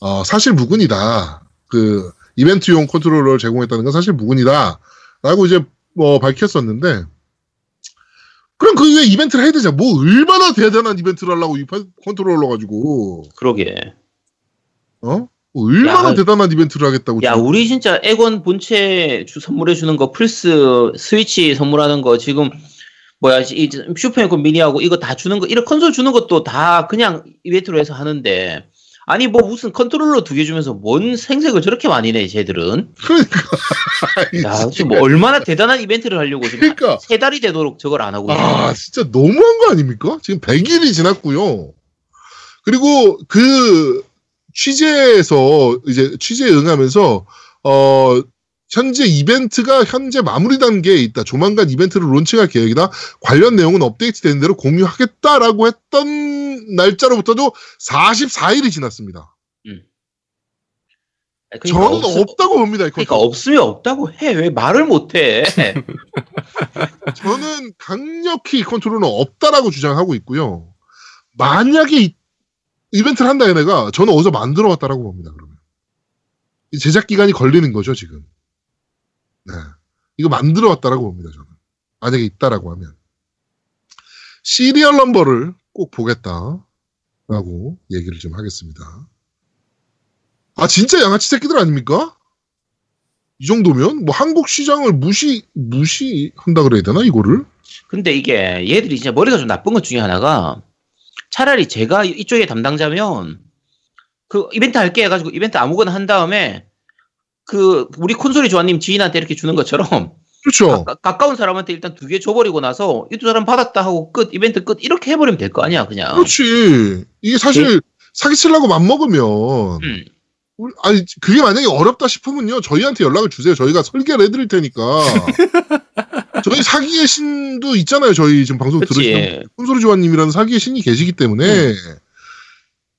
[SPEAKER 1] 어, 사실 무근이다 그 이벤트용 컨트롤러를 제공했다는 건 사실 무근이다라고 이제 뭐 밝혔었는데 그럼 그 이후에 이벤트를 해야 되자 뭐 얼마나 대단한 이벤트를 하려고 이 컨- 컨트롤러 가지고
[SPEAKER 3] 그러게.
[SPEAKER 1] 어 얼마나
[SPEAKER 3] 야,
[SPEAKER 1] 대단한 이벤트를 하겠다고
[SPEAKER 3] 야,
[SPEAKER 1] 지금
[SPEAKER 3] 우리 진짜 액원 본체 주- 선물해주는 거, 플스, 스위치 선물하는 거, 지금, 뭐야, 이 슈퍼맨콘 미니하고 이거 다 주는 거, 이런 컨솔 주는 것도 다 그냥 이벤트로 해서 하는데, 아니, 뭐 무슨 컨트롤러 두 개 주면서 뭔 생색을 저렇게 많이 내, 쟤들은. 야, 지금 뭐 얼마나 대단한 이벤트를 하려고 지금
[SPEAKER 1] 그러니까.
[SPEAKER 3] 세 달이 되도록 저걸 안 하고
[SPEAKER 1] 아,
[SPEAKER 3] 있어.
[SPEAKER 1] 진짜 너무한 거 아닙니까? 지금 100일이 지났고요. 그리고 그 취재에서 이제 취재에 응하면서 어 현재 이벤트가 현재 마무리 단계에 있다. 조만간 이벤트를 론칭할 계획이다. 관련 내용은 업데이트되는 대로 공유하겠다라고 했던 날짜로부터도 44일이 지났습니다. 저는
[SPEAKER 3] 그러니까 없-
[SPEAKER 1] 없다고 봅니다. 이
[SPEAKER 3] 그러니까
[SPEAKER 1] 컨텐츠.
[SPEAKER 3] 없으면 없다고 해. 왜 말을 못 해?
[SPEAKER 1] 저는 강력히 이 컨트롤은 없다라고 주장하고 있고요. 만약에 이- 이벤트를 한다 얘네가 저는 어디서 만들어 왔다라고 봅니다. 그러면 이 제작 기간이 걸리는 거죠 지금. 네, 이거 만들어 왔다라고 봅니다. 저는 만약에 있다라고 하면 시리얼 넘버를 꼭 보겠다라고 얘기를 좀 하겠습니다. 아 진짜 양아치 새끼들 아닙니까? 이 정도면 뭐 한국 시장을 무시 무시한다 그래야 되나 이거를?
[SPEAKER 3] 근데 이게 얘들이 진짜 머리가 좀 나쁜 것 중에 하나가 차라리 제가 이쪽에 담당자면 그 이벤트 할게 해가지고 이벤트 아무거나 한 다음에 그 우리 콘솔이 조아님 지인한테 이렇게 주는 것처럼
[SPEAKER 1] 그렇죠.
[SPEAKER 3] 가, 가까운 사람한테 일단 두 개 줘버리고 나서 이 두 사람 받았다 하고 끝 이벤트 끝 이렇게 해버리면 될 거 아니야 그냥
[SPEAKER 1] 그렇지. 이게 사실 사기치려고 맘먹으면
[SPEAKER 3] 네. 음.
[SPEAKER 1] 우리- 아니 그게 만약에 어렵다 싶으면요 저희한테 연락을 주세요. 저희가 설계를 해드릴 테니까. 저희 사기의 신도 있잖아요. 저희 지금 방송 들으시는
[SPEAKER 3] 그렇지
[SPEAKER 1] 꿈소리 조아님이라는 사기의 신이 계시기 때문에
[SPEAKER 3] 음.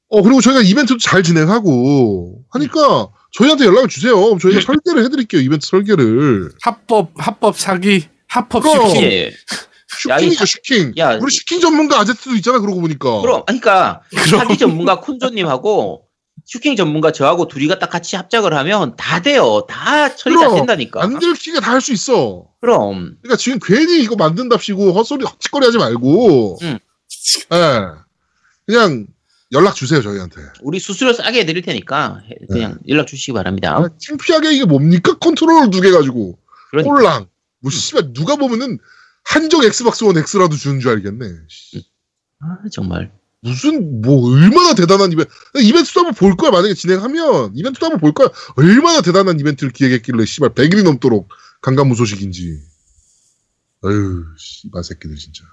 [SPEAKER 1] 어 그리고 저희가 이벤트도 잘 진행하고 하니까 저희한테 연락을 주세요. 그럼 저희가 설계를 해드릴게요. 이벤트 설계를.
[SPEAKER 2] 합법, 합법 사기, 합법
[SPEAKER 1] 그럼.
[SPEAKER 2] 시키.
[SPEAKER 3] 예. 야, 이
[SPEAKER 1] 슈킹이죠
[SPEAKER 3] 사-
[SPEAKER 1] 슈킹.
[SPEAKER 3] 야,
[SPEAKER 1] 우리 슈킹 전문가 아제트도 있잖아. 그러고 보니까.
[SPEAKER 3] 그럼 그러니까
[SPEAKER 2] 그럼.
[SPEAKER 3] 사기 전문가 콘조님하고 슈킹 전문가 저하고 둘이가 딱 같이 합작을 하면 다 돼요 다 처리 다
[SPEAKER 1] 그럼.
[SPEAKER 3] 된다니까
[SPEAKER 1] 안 들키게 다 할 수 있어.
[SPEAKER 3] 그럼
[SPEAKER 1] 그러니까 지금 괜히 이거 만든답시고 헛소리 헛짓거리 하지 말고
[SPEAKER 3] 응.
[SPEAKER 1] 예. 그냥 연락 주세요 저희한테
[SPEAKER 3] 우리 수수료 싸게 해드릴 테니까 해- 그냥 연락 주시기 바랍니다.
[SPEAKER 1] 네. 아, 창피하게 이게 뭡니까 컨트롤 두 개 가지고
[SPEAKER 3] 그러니까
[SPEAKER 1] 꼴랑 뭐 씨발 누가 보면은 한정 엑스박스 원 X라도 주는 줄 알겠네 씨,
[SPEAKER 3] 아, 정말
[SPEAKER 1] 무슨 뭐 얼마나 대단한 이벤트 이벤트도 한번 볼 거야 만약에 진행하면 이벤트도 한번 볼 거야 얼마나 대단한 이벤트를 기획했길래 씨발 100일이 넘도록 강간무 소식인지 어휴 씨발 새끼들 진짜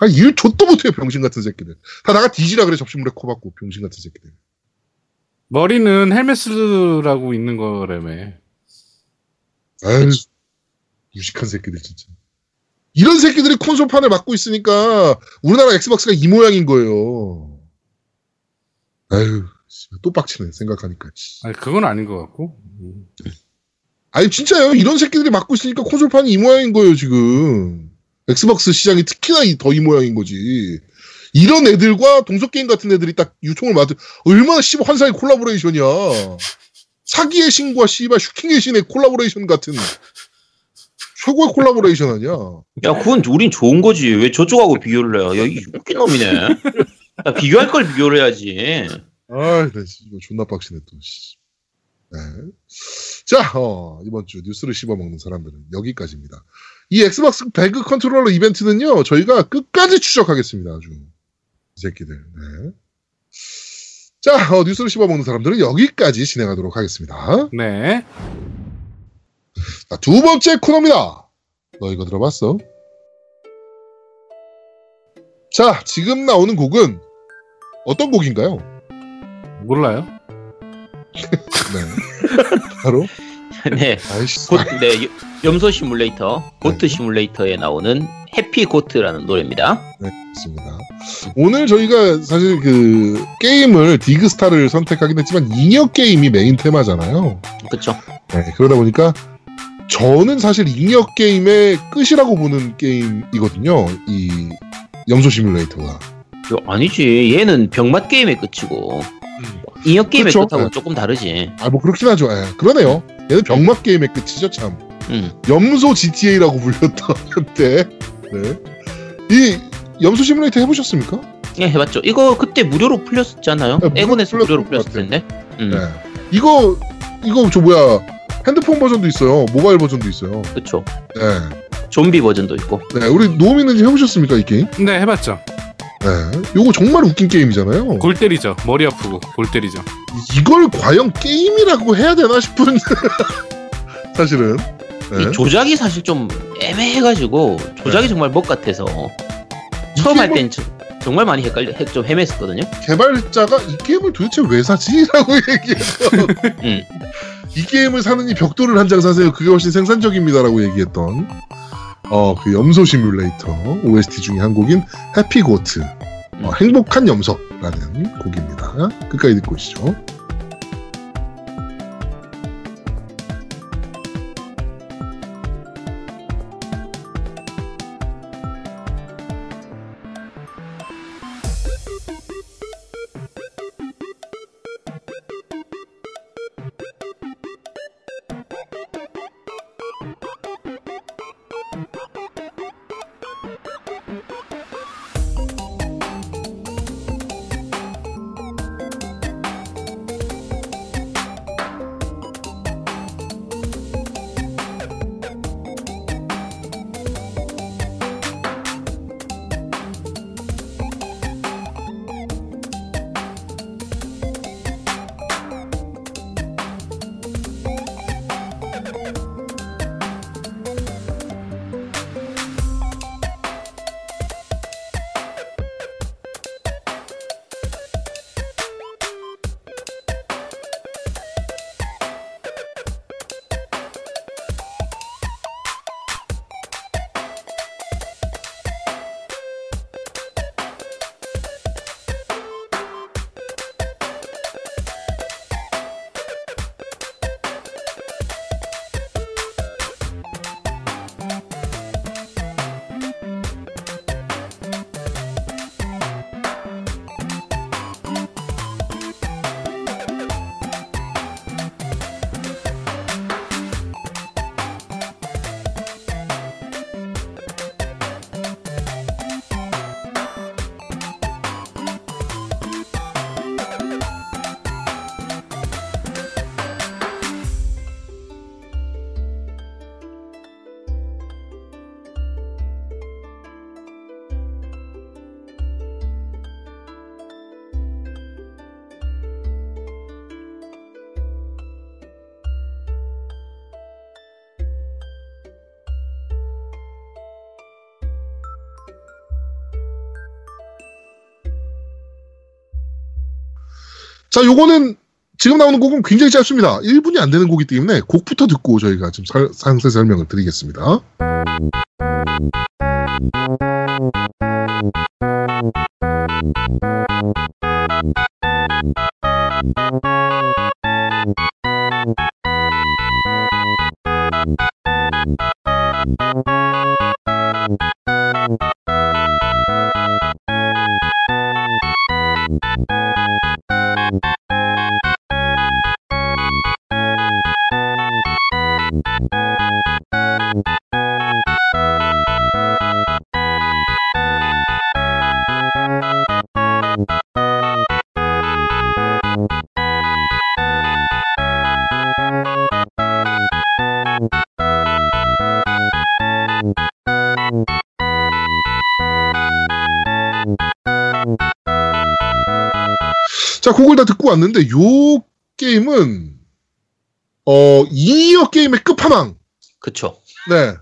[SPEAKER 1] 아일 좆도 못해요 병신 같은 새끼들 다 나가 뒤지라 그래 접시물에 코 박고 병신 같은 새끼들
[SPEAKER 2] 머리는 헬메스라고 있는 거라며.
[SPEAKER 1] 아유 무식한 새끼들 진짜 이런 새끼들이 콘솔판을 맡고 있으니까 우리나라 엑스박스가 이 모양인 거예요 아유 씨, 또 빡치네 생각하니까. 씨.
[SPEAKER 2] 아니 그건 아닌 것 같고.
[SPEAKER 1] 아니 진짜요 이런 새끼들이 맡고 있으니까 콘솔판이 이 모양인 거예요 지금. 엑스박스 시장이 특히나 이- 더이 모양인 거지. 이런 애들과 동서게임 같은 애들이 딱 유통을 맡은 얼마나 씨발 환상의 콜라보레이션이야. 사기의 신과 씨발 슈킹의 신의 콜라보레이션 같은 최고의 콜라보레이션 아니야.
[SPEAKER 3] 야, 그건 우린 좋은 거지. 왜 저쪽하고 비교를 해요? 야, 이 웃긴 놈이네. 야, 비교할 걸 비교를 해야지.
[SPEAKER 1] 아이, 나 이거 존나 빡치네 또. 씨. 네. 자, 어, 이번 주 뉴스를 씹어먹는 사람들은 여기까지입니다. 이 엑스박스 배그 컨트롤러 이벤트는요, 저희가 끝까지 추적하겠습니다. 아주 이 새끼들. 네. 자, 어, 뉴스를 씹어먹는 사람들은 여기까지 진행하도록 하겠습니다.
[SPEAKER 2] 네.
[SPEAKER 1] 자, 두 번째 코너입니다. 너 이거 들어봤어? 자, 지금 나오는 곡은 어떤 곡인가요?
[SPEAKER 2] 몰라요.
[SPEAKER 1] 네. 바로
[SPEAKER 3] 네.
[SPEAKER 1] 아이씨.
[SPEAKER 3] 고, 네, 여- 염소 시뮬레이터,
[SPEAKER 1] 네.
[SPEAKER 3] 고트 시뮬레이터에 나오는 해피 고트라는 노래입니다.
[SPEAKER 1] 있습니다. 오늘 저희가 사실 그 게임을 디그스타를 선택하긴 했지만 잉여 게임이 메인 테마잖아요.
[SPEAKER 3] 그쵸?
[SPEAKER 1] 네, 그러다 보니까 저는 사실 잉여 게임의 끝이라고 보는 게임이거든요. 이 염소 시뮬레이터가.
[SPEAKER 3] 야, 아니지. 얘는 병맛 게임의 끝이고, 인형
[SPEAKER 1] 음.
[SPEAKER 3] 게임의
[SPEAKER 1] 그쵸?
[SPEAKER 3] 끝하고
[SPEAKER 1] 네.
[SPEAKER 3] 조금 다르지.
[SPEAKER 1] 아, 뭐 그렇긴 하죠. 예, 그러네요. 얘는 병맛 게임의 끝이죠, 참.
[SPEAKER 3] 음.
[SPEAKER 1] 염소 GTA라고 불렸던 그때. 네. 이 염소 시뮬레이터 해보셨습니까?
[SPEAKER 3] 예, 해봤죠. 이거 그때 무료로 풀렸었잖아요.
[SPEAKER 1] 네, 무료로
[SPEAKER 3] 에곤에서 무료로
[SPEAKER 1] 풀렸을
[SPEAKER 3] 풀렸을
[SPEAKER 1] 것
[SPEAKER 3] 텐데. 음,
[SPEAKER 1] 네. 이거 이거 저 뭐야 핸드폰 버전도 있어요. 모바일 버전도 있어요.
[SPEAKER 3] 그쵸.
[SPEAKER 1] 네.
[SPEAKER 3] 좀비 버전도 있고.
[SPEAKER 1] 네, 우리 노미는 해보셨습니까 이 게임?
[SPEAKER 2] 네 해봤죠.
[SPEAKER 1] 네, 요거 정말 웃긴 게임이잖아요.
[SPEAKER 2] 골 때리죠. 머리 아프고 골 때리죠.
[SPEAKER 1] 이걸 과연 게임이라고 해야 되나 싶은 사실은.
[SPEAKER 3] 이
[SPEAKER 1] 네.
[SPEAKER 3] 조작이 사실 좀 애매해가지고, 조작이
[SPEAKER 1] 네.
[SPEAKER 3] 정말 먹 같아서.
[SPEAKER 1] 이
[SPEAKER 3] 처음 할
[SPEAKER 1] 게임을 뭐
[SPEAKER 3] 땐 저- 정말 많이 헷갈려, 헷- 좀 헤맸었거든요.
[SPEAKER 1] 개발자가 이 게임을 도대체 왜 사지라고 얘기해서
[SPEAKER 3] 음.
[SPEAKER 1] 이 게임을 사느니 벽돌을 한 장 사세요. 그게 훨씬 생산적입니다라고 얘기했던 어, 그 염소 시뮬레이터 OST 중에 한 곡인 해피 고트 어, 행복한 염소라는 곡입니다. 끝까지 듣고 오시죠. 자, 요거는 지금 나오는 곡은 굉장히 짧습니다. 1분이 안 되는 곡이기 때문에 곡부터 듣고 저희가 좀 살- 상세 설명을 드리겠습니다. 자, 그걸 다 듣고 왔는데 요 게임은 어 인이어 게임의 끝판왕.
[SPEAKER 3] 그쵸.
[SPEAKER 1] 네.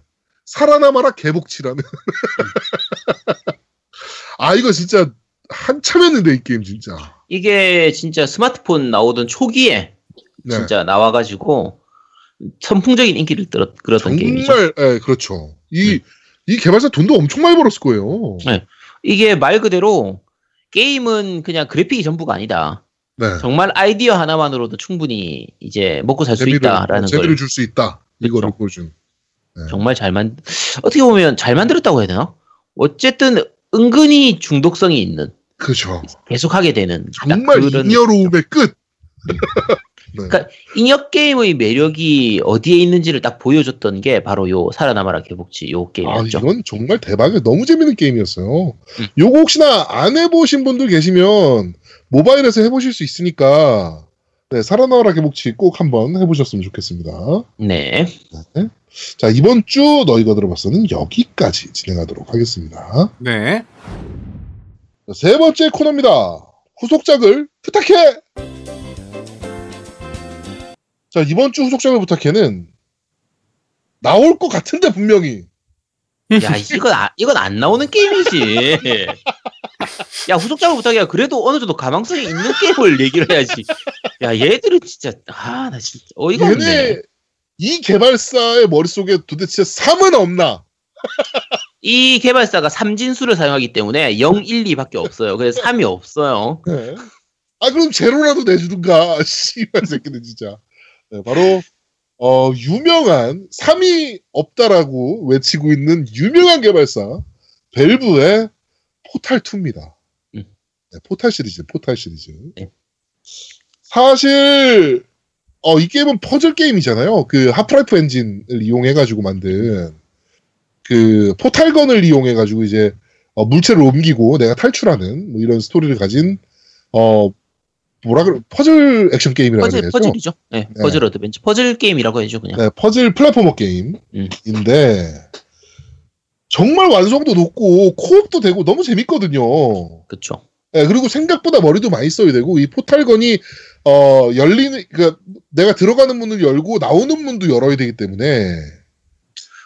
[SPEAKER 1] 살아남아라 개복치라는. 아 이거 진짜 한참 했는데 이 게임 진짜.
[SPEAKER 3] 이게 진짜 스마트폰 나오던 초기에
[SPEAKER 1] 네.
[SPEAKER 3] 진짜 나와가지고 선풍적인 인기를 끌었, 끌었던 게임이죠.
[SPEAKER 1] 정말 예, 그렇죠. 이, 이 개발사 돈도 엄청 많이 벌었을 거예요.
[SPEAKER 3] 네. 이게 말 그대로 게임은 그냥 그래픽이 전부가 아니다.
[SPEAKER 1] 네.
[SPEAKER 3] 정말 아이디어 하나만으로도 충분히 이제 먹고 살 수 있다라는 그렇죠.
[SPEAKER 1] 재미를
[SPEAKER 3] 걸
[SPEAKER 1] 줄 수 있다. 이거를 보여준.
[SPEAKER 3] 정말 잘 만, 어떻게 보면 잘 만들었다고 해야 되나? 어쨌든 은근히 중독성이 있는,
[SPEAKER 1] 그죠.
[SPEAKER 3] 계속하게 되는. 딱
[SPEAKER 1] 정말
[SPEAKER 3] 그런 음.
[SPEAKER 1] 인여로움의 끝. 네.
[SPEAKER 3] 인역 게임의 매력이 어디에 있는지를 딱 보여줬던 게 바로 요 살아남아라 개복치 요
[SPEAKER 1] 아,
[SPEAKER 3] 게임이었죠. 음.
[SPEAKER 1] 이건 정말 대박이에요. 너무 재밌는 게임이었어요. 요거 혹시나 안 해보신 분들 계시면 모바일에서 해보실 수 있으니까 네, 살아나와라 개복치 꼭 한번 해보셨으면 좋겠습니다.
[SPEAKER 3] 네.
[SPEAKER 1] 자, 이번 주 너희가 들어봤어는 여기까지 진행하도록 하겠습니다.
[SPEAKER 2] 네.
[SPEAKER 1] 자, 세 번째 코너입니다. 후속작을 부탁해! 자, 이번 주 후속작을 부탁해는 나올 것 같은데, 분명히.
[SPEAKER 3] 야 이건 아- 이건 안 나오는 게임이지. 야 후속작을 부탁이야. 그래도 어느 정도 가망성이 있는 게임을 얘기를 해야지. 야 얘들은 진짜 아 나 진짜 어이가 없네.
[SPEAKER 1] 얘네, 이 개발사의 머릿속에 도대체 3은 없나?
[SPEAKER 3] 이 개발사가 삼진수를 사용하기 때문에 0, 1, 2밖에 없어요. 그래서 3이 없어요.
[SPEAKER 1] 네. 아, 그럼 제로라도 내주든가. 씨발 새끼들, 진짜. 네, 바로, 어, 유명한, 3이 없다라고 외치고 있는 유명한 개발사, 벨브의 포탈2입니다. 네,
[SPEAKER 3] 음.
[SPEAKER 1] 포탈 시리즈, 포탈 시리즈.
[SPEAKER 3] 네.
[SPEAKER 1] 사실, 어, 이 게임은 퍼즐 게임이잖아요. 그, 하프라이프 엔진을 이용해가지고 만든, 그, 포탈건을 이용해가지고 이제, 어, 물체를 옮기고 내가 탈출하는, 뭐 이런 스토리를 가진, 어, 뭐라 그래, 퍼즐 액션 게임이라고
[SPEAKER 3] 퍼즐
[SPEAKER 1] 해야 되죠?
[SPEAKER 3] 퍼즐이죠. 네,
[SPEAKER 1] 네.
[SPEAKER 3] 퍼즐 어드벤처 퍼즐 게임이라고 해죠 그냥.
[SPEAKER 1] 네, 퍼즐 플랫포머 게임인데
[SPEAKER 3] 음.
[SPEAKER 1] 정말 완성도 높고 코업도 되고 너무 재밌거든요.
[SPEAKER 3] 그렇죠.
[SPEAKER 1] 네, 그리고 생각보다 머리도 많이 써야 되고 이 포탈건이 어 열리는 그러니까 내가 들어가는 문을 열고 나오는 문도 열어야 되기 때문에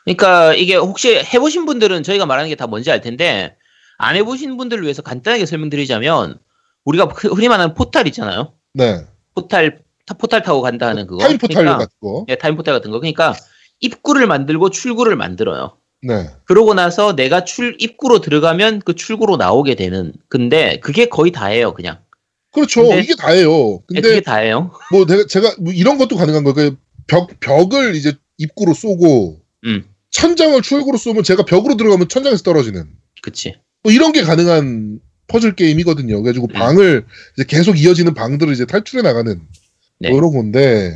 [SPEAKER 3] 그러니까 이게 혹시 해보신 분들은 저희가 말하는 게 다 뭔지 알 텐데 안 해보신 분들을 위해서 간단하게 설명드리자면 우리가 그 흔- 흔히 말하는 포탈 있잖아요.
[SPEAKER 1] 네
[SPEAKER 3] 포탈 타- 포탈 타고 간다 하는 그거.
[SPEAKER 1] 타임 포탈
[SPEAKER 3] 그러니까,
[SPEAKER 1] 같은 거.
[SPEAKER 3] 예, 타임 포탈 같은 거. 그러니까 입구를 만들고 출구를 만들어요.
[SPEAKER 1] 네,
[SPEAKER 3] 그러고 나서 내가 출 입구로 들어가면 그 출구로 나오게 되는. 근데 그게 거의 다예요, 그냥.
[SPEAKER 1] 그렇죠.
[SPEAKER 3] 근데-
[SPEAKER 1] 이게 다예요.
[SPEAKER 3] 예,
[SPEAKER 1] 근데
[SPEAKER 3] 그게 다예요.
[SPEAKER 1] 뭐 내가 제가 뭐 이런 것도 가능한 거예요. 그벽 벽을 이제 입구로 쏘고
[SPEAKER 3] 음.
[SPEAKER 1] 천장을 출구로 쏘면 제가 벽으로 들어가면 천장에서 떨어지는.
[SPEAKER 3] 그치.
[SPEAKER 1] 뭐 이런 게 가능한 퍼즐 게임이거든요. 그래가지고
[SPEAKER 3] 네.
[SPEAKER 1] 방을 이제 계속 이어지는 방들을 이제 탈출해 나가는
[SPEAKER 3] 네.
[SPEAKER 1] 뭐 이런 건데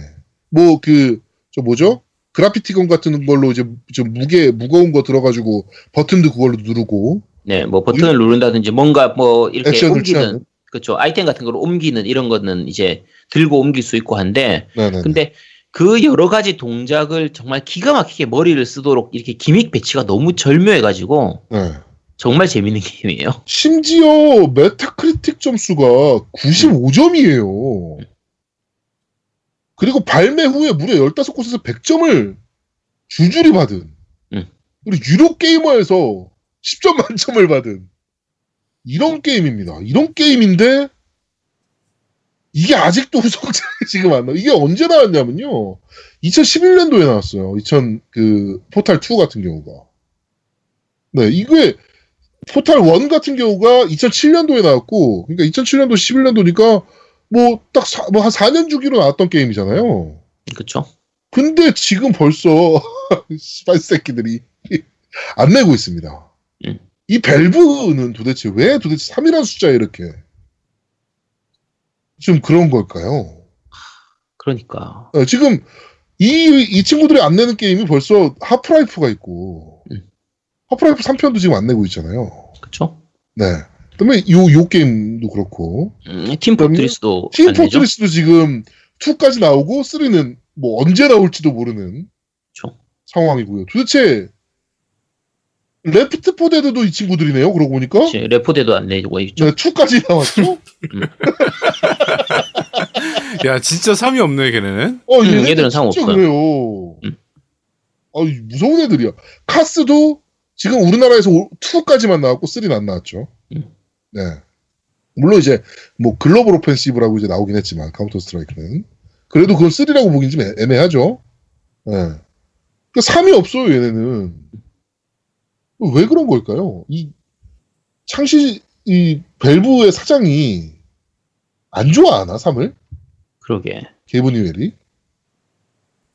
[SPEAKER 1] 뭐 그 저 뭐죠? 그래피티건 같은 걸로 이제 좀 무게 무거운 거 들어가지고 버튼도 그걸로 누르고
[SPEAKER 3] 네, 뭐 버튼을 누른다든지 뭔가 뭐 이렇게
[SPEAKER 1] 음. 액션을
[SPEAKER 3] 옮기는
[SPEAKER 1] 취하는.
[SPEAKER 3] 그렇죠. 아이템 같은 걸 옮기는 이런 거는 이제 들고 옮길 수 있고 한데
[SPEAKER 1] 네네.
[SPEAKER 3] 근데 그 여러 가지 동작을 정말 기가 막히게 머리를 쓰도록 이렇게 기믹 배치가 너무 절묘해가지고
[SPEAKER 1] 네.
[SPEAKER 3] 정말 재밌는 게임이에요.
[SPEAKER 1] 심지어 메타크리틱 점수가 95점이에요. 그리고 발매 후에 무려 15곳에서 100점을 줄줄이 받은
[SPEAKER 3] 음.
[SPEAKER 1] 우리 유료 게이머에서 10점 만점을 받은 이런 게임입니다. 이런 게임인데 이게 아직도 후속작이 지금 안 나와. 이게 언제 나왔냐면요. 2011년도에 나왔어요. 2000 그 포탈 2 같은 경우가. 네, 이게 포탈 1 같은 경우가 2007년도에 나왔고, 그러니까 2007년도 11년도니까 뭐 딱 뭐 한 4년 주기로 나왔던 게임이잖아요.
[SPEAKER 3] 그렇죠?
[SPEAKER 1] 근데 지금 벌써 씨발 새끼들이 안 내고 있습니다.
[SPEAKER 3] 음.
[SPEAKER 1] 이 밸브는 도대체 왜 도대체 3이라는 숫자에 이렇게 좀 그런 걸까요?
[SPEAKER 3] 그러니까
[SPEAKER 1] 어, 지금 이, 이 친구들이 안 내는 게임이 벌써 하프라이프가 있고
[SPEAKER 3] 음.
[SPEAKER 1] 하프라이프 3편도 지금 안 내고 있잖아요.
[SPEAKER 3] 그렇죠?
[SPEAKER 1] 네. 그다음에 요, 요 게임도 그렇고
[SPEAKER 3] 음, 팀 포트리스도
[SPEAKER 1] 팀
[SPEAKER 3] 안 되죠?
[SPEAKER 1] 포트리스도 지금 2까지 나오고 3는 뭐 언제 나올지도 모르는
[SPEAKER 3] 그쵸.
[SPEAKER 1] 상황이고요. 도대체 레프트 포데드도 이 친구들이네요. 그러고 보니까
[SPEAKER 3] 그치, 레포대도 안 내고 있죠.
[SPEAKER 1] 네, 2까지 나왔죠.
[SPEAKER 2] 야, 진짜 삼이 없네, 걔네는.
[SPEAKER 1] 어,
[SPEAKER 3] 음,
[SPEAKER 1] 얘네들
[SPEAKER 3] 얘들은 상관없어요.
[SPEAKER 1] 진짜 그래요.
[SPEAKER 3] 음.
[SPEAKER 1] 아, 무서운 애들이야. 카스도 지금 우리나라에서 2까지만 나왔고 3는 안 나왔죠.
[SPEAKER 3] 음.
[SPEAKER 1] 네. 물론 이제 뭐 글로벌 오펜시브라고 이제 나오긴 했지만 카운터 스트라이크는 그래도 그건 3라고 보긴 좀 애- 애매하죠. 네. 그러니까 3이 없어요, 얘네는. 왜 그런 걸까요? 이 창시 이 벨브의 사장이 안 좋아하나 3을?
[SPEAKER 3] 그러게.
[SPEAKER 1] 게이브 뉴엘이.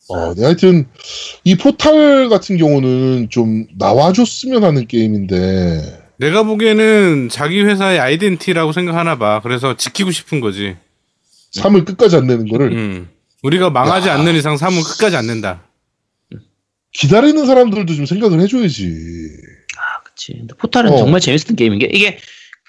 [SPEAKER 1] 어, 네, 하여튼 이 포탈 같은 경우는 좀 나와줬으면 하는 게임인데
[SPEAKER 2] 내가 보기에는 자기 회사의 아이덴티라고 생각하나 봐. 그래서 지키고 싶은 거지.
[SPEAKER 3] 음.
[SPEAKER 1] 3을 끝까지 안 내는 거를
[SPEAKER 2] 음. 우리가 망하지
[SPEAKER 1] 야.
[SPEAKER 2] 않는 이상 삼은 끝까지 안 낸다.
[SPEAKER 1] 기다리는 사람들도 좀 생각을 해줘야지.
[SPEAKER 3] 아, 그치. 근데 포탈은
[SPEAKER 1] 어.
[SPEAKER 3] 정말 재밌었던 게임인 게, 이게,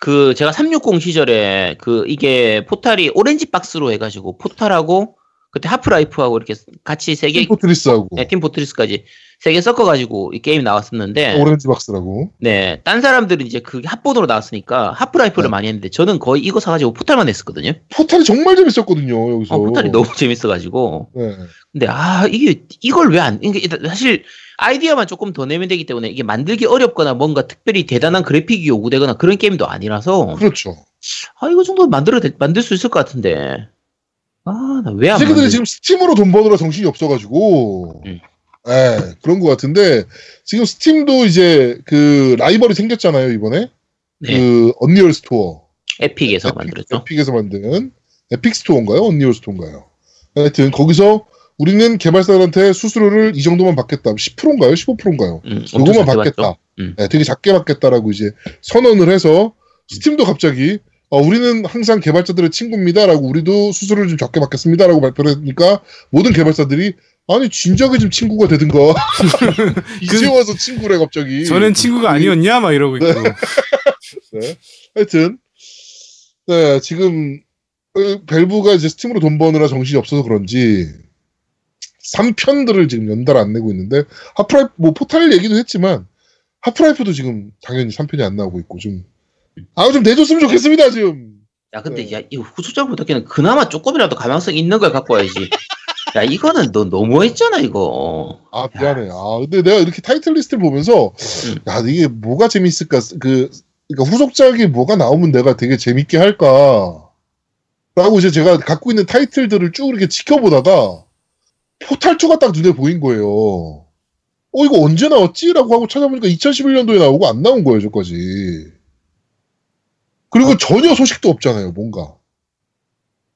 [SPEAKER 3] 그, 제가 360 시절에, 그, 이게, 포탈이 오렌지 박스로 해가지고, 포탈하고, 그때 하프라이프하고 이렇게 같이 세 개,
[SPEAKER 1] 포트리스하고
[SPEAKER 3] 네, 팀 포트리스까지 세 개 섞어가지고 이 게임 나왔었는데,
[SPEAKER 1] 오렌지 박스라고.
[SPEAKER 3] 네, 딴 사람들은 이제 그게 합본으로 나왔으니까 하프라이프를
[SPEAKER 1] 네. 많이
[SPEAKER 3] 많이 했는데, 저는 거의 이거 사가지고 포탈만 했었거든요.
[SPEAKER 1] 포탈이 정말 재밌었거든요 여기서.
[SPEAKER 3] 어, 포탈이 너무 재밌어가지고.
[SPEAKER 1] 네.
[SPEAKER 3] 근데 아 이게 이걸 왜 안? 이게 일단 사실 아이디어만 조금 더 내면 되기 때문에 이게 만들기 어렵거나 뭔가 특별히 대단한 그래픽이 요구되거나 그런 게임도 아니라서
[SPEAKER 1] 그렇죠.
[SPEAKER 3] 아 이거 정도 만들어 만들 수 있을 것 같은데 아 나 왜 안
[SPEAKER 1] 새끼들이
[SPEAKER 3] 만들?
[SPEAKER 1] 지금 스팀으로 돈 버느라 정신이 없어가지고.
[SPEAKER 3] 음.
[SPEAKER 1] 예, 그런 것 같은데, 지금 스팀도 이제 그 라이벌이 생겼잖아요, 이번에.
[SPEAKER 3] 네.
[SPEAKER 1] 그, 언리얼 스토어.
[SPEAKER 3] 에픽에서 만들었죠.
[SPEAKER 1] 에픽에서 만든 에픽 스토어인가요? 언리얼 스토어인가요? 하여튼 거기서 우리는 개발사들한테 수수료를 이 정도만 받겠다. 10%인가요? 15%인가요?
[SPEAKER 3] 음, 엄청
[SPEAKER 1] 요거만
[SPEAKER 3] 잘 해봤죠.
[SPEAKER 1] 받겠다.
[SPEAKER 3] 음.
[SPEAKER 1] 네, 되게 작게 받겠다라고 이제 선언을 해서 스팀도 갑자기 어, 우리는 항상 개발자들의 친구입니다라고 우리도 수수료를 좀 적게 받겠습니다라고 발표를 했으니까 모든 개발사들이 아니 진작에 좀 친구가 되든가 이제
[SPEAKER 2] 그-
[SPEAKER 1] 와서 친구래 갑자기
[SPEAKER 2] 저는 친구가 아니었냐? 막 이러고 있고.
[SPEAKER 1] 네. 하여튼 네, 지금 어, 벨브가 이제 스팀으로 돈 버느라 정신이 없어서 그런지 3편들을 지금 연달아 안 내고 있는데 하프라이프 뭐 포탈 얘기도 했지만 하프라이프도 지금 당연히 3편이 안 나오고 있고 좀 아우 좀 내줬으면 좋겠습니다 지금
[SPEAKER 3] 야 근데
[SPEAKER 1] 네.
[SPEAKER 3] 야 이거 후속작으로 듣기는 그나마 조금이라도 가능성 있는 걸 갖고 와야지. 야 이거는 너 너무했잖아 이거. 어.
[SPEAKER 1] 아 미안해 아 근데 내가 이렇게 타이틀 리스트를 보면서
[SPEAKER 3] 음.
[SPEAKER 1] 야 이게 뭐가 재밌을까 그 그러니까 후속작이 뭐가 나오면 내가 되게 재밌게 할까 라고 이제 제가 갖고 있는 타이틀들을 쭉 이렇게 지켜보다가 포탈2가 딱 눈에 보인 거예요. 어, 이거 언제 나왔지? 라고 하고 찾아보니까 2011년도에 나오고 안 나온 거예요, 저까지. 그리고 전혀 소식도 없잖아요, 뭔가.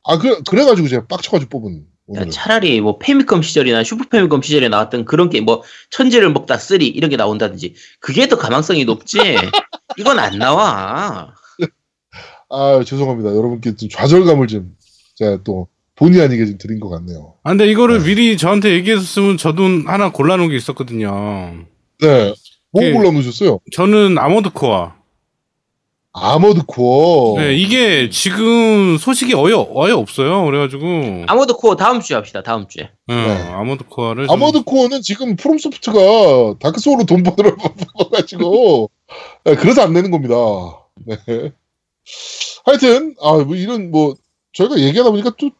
[SPEAKER 1] 아, 그, 그래가지고 제가 빡쳐가지고 뽑은.
[SPEAKER 3] 야,
[SPEAKER 1] 오늘은.
[SPEAKER 3] 차라리 뭐 페미컴 시절이나 슈퍼 페미컴 시절에 나왔던 그런 게임 뭐 천지를 먹다 쓰리 이런 게 나온다든지 그게 더 가망성이 높지 이건 안 나와
[SPEAKER 1] 아, 죄송합니다. 여러분께 좀 좌절감을 좀 제가 또 본의 아니게 좀 드린 것 같네요.
[SPEAKER 2] 아, 근데 이거를
[SPEAKER 1] 네.
[SPEAKER 2] 미리 저한테 얘기했었으면 저도 하나 골라놓은 게 있었거든요.
[SPEAKER 1] 네. 뭐
[SPEAKER 2] 그-
[SPEAKER 1] 골라놓으셨어요?
[SPEAKER 2] 저는 아모드 코어.
[SPEAKER 1] 아머드 코어.
[SPEAKER 2] 네, 이게 지금 소식이 어여, 어여 없어요. 그래가지고.
[SPEAKER 3] 아모드 코어 다음 주에 합시다 다음 주에
[SPEAKER 2] 어,
[SPEAKER 1] 네.
[SPEAKER 2] 아모드 코어를. 좀-
[SPEAKER 1] 아머드 코어는 지금 프롬소프트가 다크소울로 돈 벌어 가지고 그래서 안 내는 겁니다. 네. 하여튼 아뭐 이런 뭐 저희가 얘기하다 보니까 또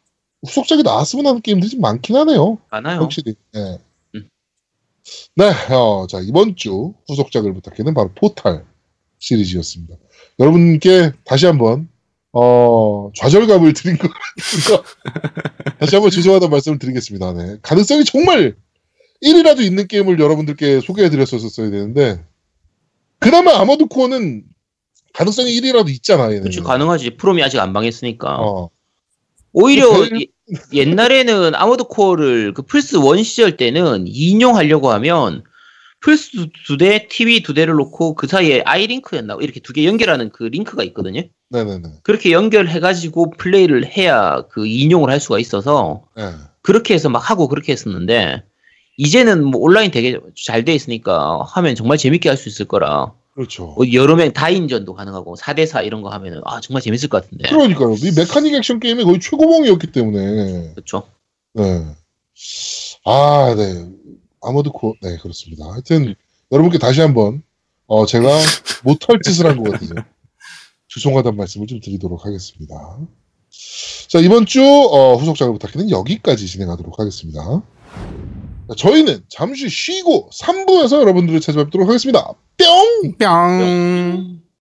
[SPEAKER 1] 후속작이 나왔으면 하는 게임들이 좀 많긴 하네요.
[SPEAKER 3] 많아요
[SPEAKER 1] 확실히. 네.
[SPEAKER 3] 그렇죠. 음.
[SPEAKER 1] 네, 어, 자 이번 주 후속작을 부탁해는 바로 포탈 시리즈였습니다. 여러분께 다시 한번 어, 좌절감을 드린 것 같습니다. 다시 한번 죄송하다는 말씀을 드리겠습니다. 네. 가능성이 정말 1이라도 있는 게임을 여러분들께 소개해드렸었어야 되는데 그나마 아마도 코어는 가능성이 1이라도 있잖아 얘는.
[SPEAKER 3] 그치 가능하지 프롬이 아직 안 망했으니까
[SPEAKER 1] 어.
[SPEAKER 3] 오히려
[SPEAKER 1] 그
[SPEAKER 3] 예- 옛날에는 아모드 코어를 그 플스 1 시절 때는 인용하려고 하면 플스 두 대 TV 두 대를 놓고 그 사이에 아이링크였나 이렇게 두 개 연결하는 그 링크가 있거든요
[SPEAKER 1] 네네네.
[SPEAKER 3] 그렇게 연결해가지고 플레이를 해야 그 인용을 할 수가 있어서
[SPEAKER 1] 네.
[SPEAKER 3] 그렇게 해서 막 하고 그렇게 했었는데 이제는 뭐 온라인 되게 잘 돼 있으니까 하면 정말 재밌게 할 수 있을 거라
[SPEAKER 1] 그렇죠.
[SPEAKER 3] 뭐 여름엔 다인전도 가능하고 4대4 이런 거 하면은 아 정말 재밌을 것 같은데
[SPEAKER 1] 그러니까요. 이 메카닉 액션 게임의 거의 최고봉이었기 때문에.
[SPEAKER 3] 그렇죠
[SPEAKER 1] 네. 아, 네. 아머드 코어, 네, 그렇습니다. 하여튼, 여러분께 다시 한번, 어, 제가 못할 짓을 한 것 같아서 죄송하다는 말씀을 좀 드리도록 하겠습니다. 자, 이번 주 어, 후속작을 부탁드리는 여기까지 진행하도록 하겠습니다. 자, 저희는 잠시 쉬고 3부에서 여러분들을 찾아뵙도록 하겠습니다. 뿅!
[SPEAKER 2] 뿅.